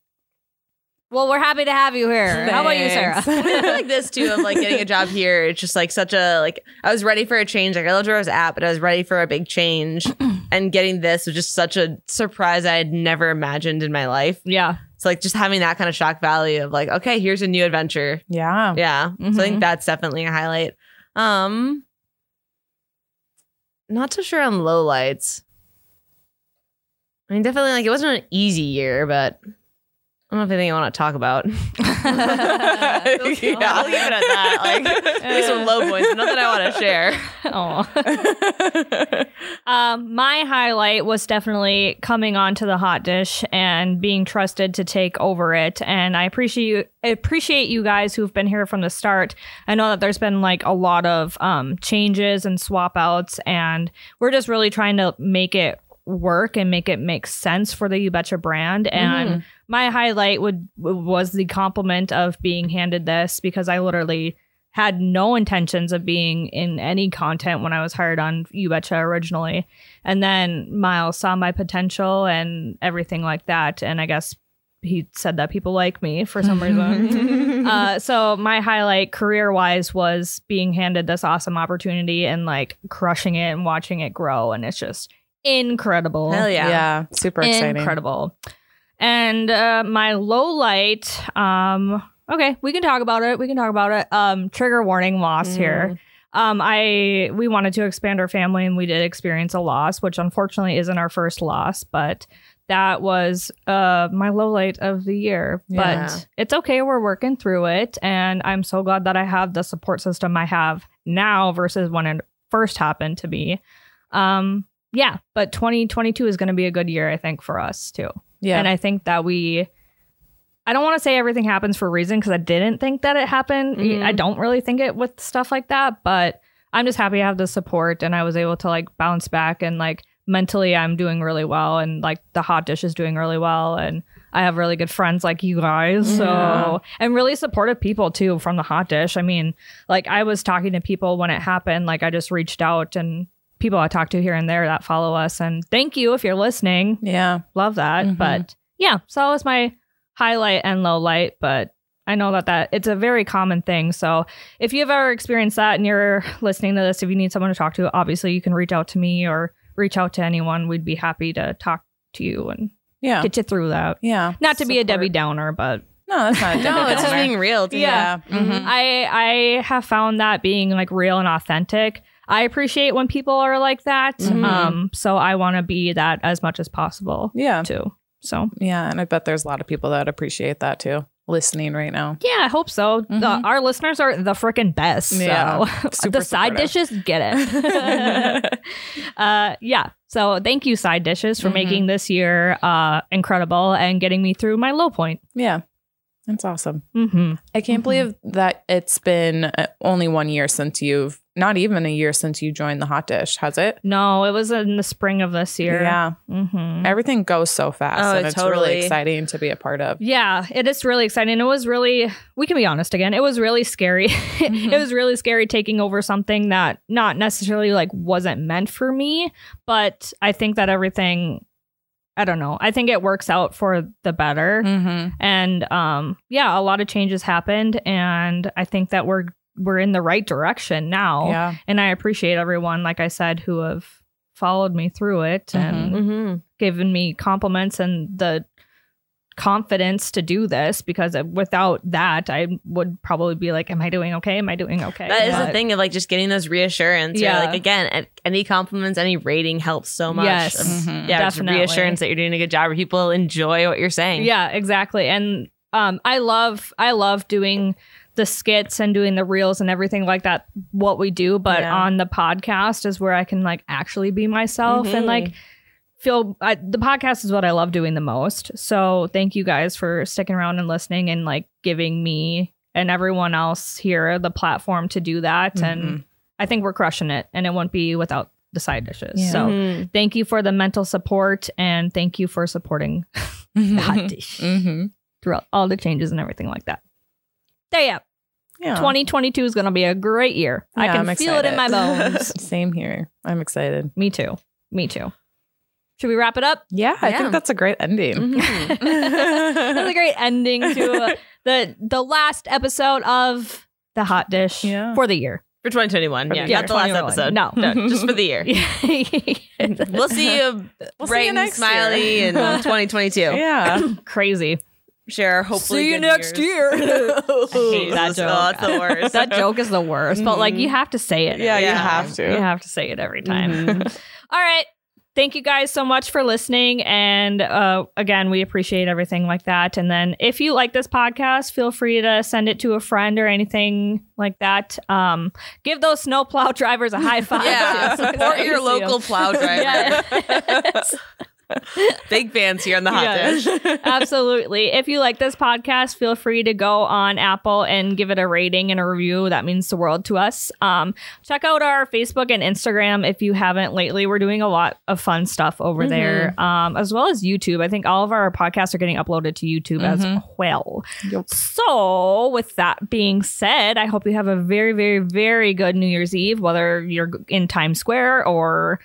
Speaker 1: Well, we're happy to have you here.
Speaker 2: *laughs*
Speaker 1: How about you,
Speaker 2: Thanks. *laughs*
Speaker 1: Sarah?
Speaker 3: *laughs* I feel like this too of like getting a job here. It's just like such a like I was ready for a change. Like I loved where I was at, but I was ready for a big change. and getting this was just such a surprise I had never imagined in my life.
Speaker 1: Yeah.
Speaker 3: So like just having that kind of shock value of like, okay, here's a new adventure. *laughs*
Speaker 2: Yeah.
Speaker 3: Yeah. So I
Speaker 1: Mhm.
Speaker 3: think that's definitely a highlight. Um not so sure on low lights. I mean, definitely like it wasn't an easy year, but I don't know if anything I want to talk about.
Speaker 2: *laughs*
Speaker 3: *laughs*
Speaker 2: Yeah.
Speaker 1: *laughs*
Speaker 3: I'll leave it at that.
Speaker 2: *laughs*
Speaker 3: Like at least some low points, not that I want to share.
Speaker 1: *laughs* Aw. Um, my highlight was definitely coming onto the hot dish and being trusted to take over it. And I appreciate you appreciate you guys who've been here from the start. I know that there's been like a lot of um, changes and swap outs, and we're just really trying to make it work and make it make sense for the You Betcha brand. And my highlight would was the compliment of being handed this because I literally had no intentions of being in any content when I was hired on You Betcha originally. And then Miles saw my potential and everything like that. And I guess he said that people like me for some
Speaker 3: *laughs* Mm-hmm.
Speaker 1: reason. uh, so my highlight career wise was being handed this awesome opportunity and like crushing it and watching it grow. And it's just incredible
Speaker 3: Hell yeah.
Speaker 2: Yeah. Super exciting.
Speaker 1: incredible. And uh, my low light. Um, okay, we can talk about it. We can talk about it. Um, trigger warning loss
Speaker 3: Mm.
Speaker 1: here. Um, I we wanted to expand our family, and we did experience a loss, which unfortunately isn't our first loss, but that was uh my low light of the year.
Speaker 2: Yeah.
Speaker 1: But it's okay. We're working through it, and I'm so glad that I have the support system I have now versus when it first happened to be. Um, yeah, but 2022 is going to be a good year, I think, for us too.
Speaker 2: Yeah.
Speaker 1: And I think that we, I don't want to say everything happens for a reason because I didn't think that it happened.
Speaker 3: Mhm.
Speaker 2: Mm-hmm.
Speaker 1: I don't really think it with stuff like that, but I'm just happy I have the support and I was able to like bounce back and like mentally I'm doing really well and like the hot dish is doing really well and I have really good friends like you guys. So,
Speaker 2: Yeah.
Speaker 1: and really supportive people too from the hot dish. I mean, like I was talking to people when it happened, like I just reached out and people I talked to here and there that follow us. And thank you if you're listening
Speaker 2: yeah.
Speaker 1: love that.
Speaker 2: Mhm.
Speaker 1: But yeah, so that was my highlight and low light. But I know that that it's a very common thing. So if you've ever experienced that and you're listening to this, if you need someone to talk to, obviously you can reach out to me or reach out to anyone. We'd be happy to talk to you and
Speaker 2: Yeah.
Speaker 1: get you through that.
Speaker 2: Yeah.
Speaker 1: Not to be a E.
Speaker 2: Support.
Speaker 1: Debbie Downer, but
Speaker 2: No,
Speaker 1: *laughs*
Speaker 2: that's not.
Speaker 3: No, it's just
Speaker 2: Downer. *laughs*
Speaker 3: being real. too.
Speaker 2: Yeah.
Speaker 1: Mm-hmm.
Speaker 2: Mm-hmm.
Speaker 3: Mhm.
Speaker 1: I I have found that being like real and authentic. I appreciate when people are like that.
Speaker 2: Mhm.
Speaker 1: Um, so I want to be that as much as possible
Speaker 2: Yeah.
Speaker 1: too. So
Speaker 2: Yeah. And I bet there's a lot of people that appreciate that too, listening right now.
Speaker 1: Yeah, I hope so. The,
Speaker 2: Mhm.
Speaker 1: our listeners are the freaking best. So
Speaker 2: Yeah,
Speaker 1: *laughs* *laughs*
Speaker 2: super
Speaker 1: the side
Speaker 2: supportive.
Speaker 1: dishes get *laughs* it. uh, yeah. So thank you, side dishes, for
Speaker 2: Mhm.
Speaker 1: making this year uh, incredible and getting me through my low point.
Speaker 2: *laughs* Yeah. That's awesome.
Speaker 1: hmm
Speaker 2: I can't
Speaker 1: Mhm.
Speaker 2: believe that it's been uh, only one year since you've, not even a year since you joined the hot dish, has it?
Speaker 1: No, it was in the spring of this year.
Speaker 2: Yeah.
Speaker 1: hmm
Speaker 2: Everything goes so fast.
Speaker 3: Oh,
Speaker 2: and it's
Speaker 3: totally.
Speaker 2: really exciting to be a part of.
Speaker 1: Yeah, it is really exciting. It was really, we can be honest again, it was really scary. *laughs*
Speaker 2: Mhm.
Speaker 1: it was really scary taking over something that not necessarily like wasn't meant for me, but I think that everything, I don't know, I think it works out for the better.
Speaker 2: Mm-hmm.
Speaker 1: And um, yeah, a lot of changes happened. And I think that we're, we're in the right direction now.
Speaker 2: Yeah.
Speaker 1: And I appreciate everyone, like I said, who have followed me through it and
Speaker 3: Mm-hmm.
Speaker 1: given me compliments and the confidence to do this because uh, without that I would probably be like am I doing okay am I doing okay
Speaker 3: That is
Speaker 1: But-
Speaker 3: the thing of like just getting those reassurance. Yeah.
Speaker 1: Yeah.
Speaker 3: like again, a- any compliments, any rating helps so much.
Speaker 1: Yes, Mm-hmm.
Speaker 2: Mm-hmm.
Speaker 3: Um, yeah, just
Speaker 1: definitely.
Speaker 3: reassurance that you're doing a good job, or people enjoy what you're saying.
Speaker 1: yeah exactly and um I love I love doing the skits and doing the reels and everything like that what we do but
Speaker 2: Yeah.
Speaker 1: on the podcast is where I can like actually be myself and
Speaker 3: Mhm.
Speaker 1: like
Speaker 2: Mm-hmm.
Speaker 1: feel I, the podcast is what I love doing the most so thank you guys for sticking around and listening and like giving me and everyone else here the platform to do that
Speaker 2: Mm-hmm.
Speaker 1: and I think we're crushing it and it won't be without the side dishes
Speaker 2: Yeah.
Speaker 1: so
Speaker 3: Mhm.
Speaker 1: thank you for the mental support and thank you for
Speaker 2: *laughs*
Speaker 1: supporting the *laughs* hot dish
Speaker 2: hmm
Speaker 1: throughout all the changes and everything like that. So yeah,
Speaker 2: Yeah.
Speaker 1: 2022 is going to be a great year. I
Speaker 2: Yeah,
Speaker 1: can
Speaker 2: I'm *laughs*
Speaker 1: feel it in my
Speaker 2: excited.
Speaker 1: bones.
Speaker 2: Same here. I'm excited.
Speaker 1: Me too. Me too. Should we wrap it up?
Speaker 2: Yeah, I
Speaker 3: Yeah.
Speaker 2: think that's a great ending.
Speaker 3: mm-hmm.
Speaker 1: Mm-hmm. *laughs*
Speaker 2: *laughs*
Speaker 1: That's a great ending to uh, the the last episode of the hot dish
Speaker 2: Yeah.
Speaker 1: for the year.
Speaker 3: for 2021.
Speaker 2: For
Speaker 3: Yeah,
Speaker 2: the year.
Speaker 3: not the last
Speaker 1: 21.
Speaker 3: episode.
Speaker 1: No. *laughs*
Speaker 3: no, just for the year. We'll see you,
Speaker 2: We'll see
Speaker 3: bright
Speaker 2: you
Speaker 3: and
Speaker 2: next
Speaker 3: smiley
Speaker 2: year.
Speaker 1: *laughs*
Speaker 3: in 2022.
Speaker 2: Yeah.
Speaker 1: Crazy.
Speaker 3: Share hopefully. good years.
Speaker 1: year.
Speaker 3: *laughs* I
Speaker 1: hate *laughs* that joke.
Speaker 3: Oh, it's the worst.
Speaker 1: that joke is the worst, but like you have to say it.
Speaker 2: Yeah, you
Speaker 3: Mm-hmm. Yeah.
Speaker 2: have to.
Speaker 1: You have to say it every time.
Speaker 3: Mm-hmm.
Speaker 1: *laughs* All right. Thank you guys so much for listening. And uh, again, we appreciate everything like that. And then if you like this podcast, feel free to send it to a friend or anything like that. Um, give those snowplow *laughs* drivers a high five. *laughs*
Speaker 3: *laughs* Yeah,
Speaker 1: too.
Speaker 3: support
Speaker 1: You
Speaker 3: your
Speaker 1: see 'em. *laughs*
Speaker 3: local *laughs* plow driver. Big fans here on the
Speaker 1: *laughs*
Speaker 3: hot
Speaker 1: Yes.
Speaker 3: dish.
Speaker 1: Absolutely. If you like this podcast, feel free to go on Apple and give it a rating and a review. That means the world to us. Um, check out our Facebook and Instagram if you haven't lately. We're doing a lot of fun stuff over there, um, as well as YouTube. I think all of our podcasts are getting uploaded to YouTube as well.
Speaker 2: Yep.
Speaker 1: So, with that being said, I hope you have a very, very, very good New Year's Eve, whether you're in Times Square or,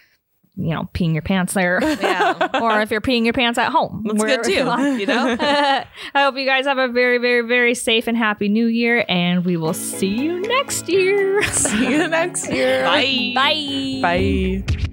Speaker 1: you know, peeing your pants there
Speaker 3: Yeah,
Speaker 1: or if you're peeing your pants at home.
Speaker 3: that's
Speaker 1: Wherever
Speaker 3: good
Speaker 1: you
Speaker 3: too.
Speaker 1: are.
Speaker 3: You know.
Speaker 1: *laughs* I hope you guys have a very, very, very safe and happy new year, and we will *laughs* see you next year.
Speaker 2: *laughs* See you next year.
Speaker 3: Bye.
Speaker 1: Bye.
Speaker 2: Bye.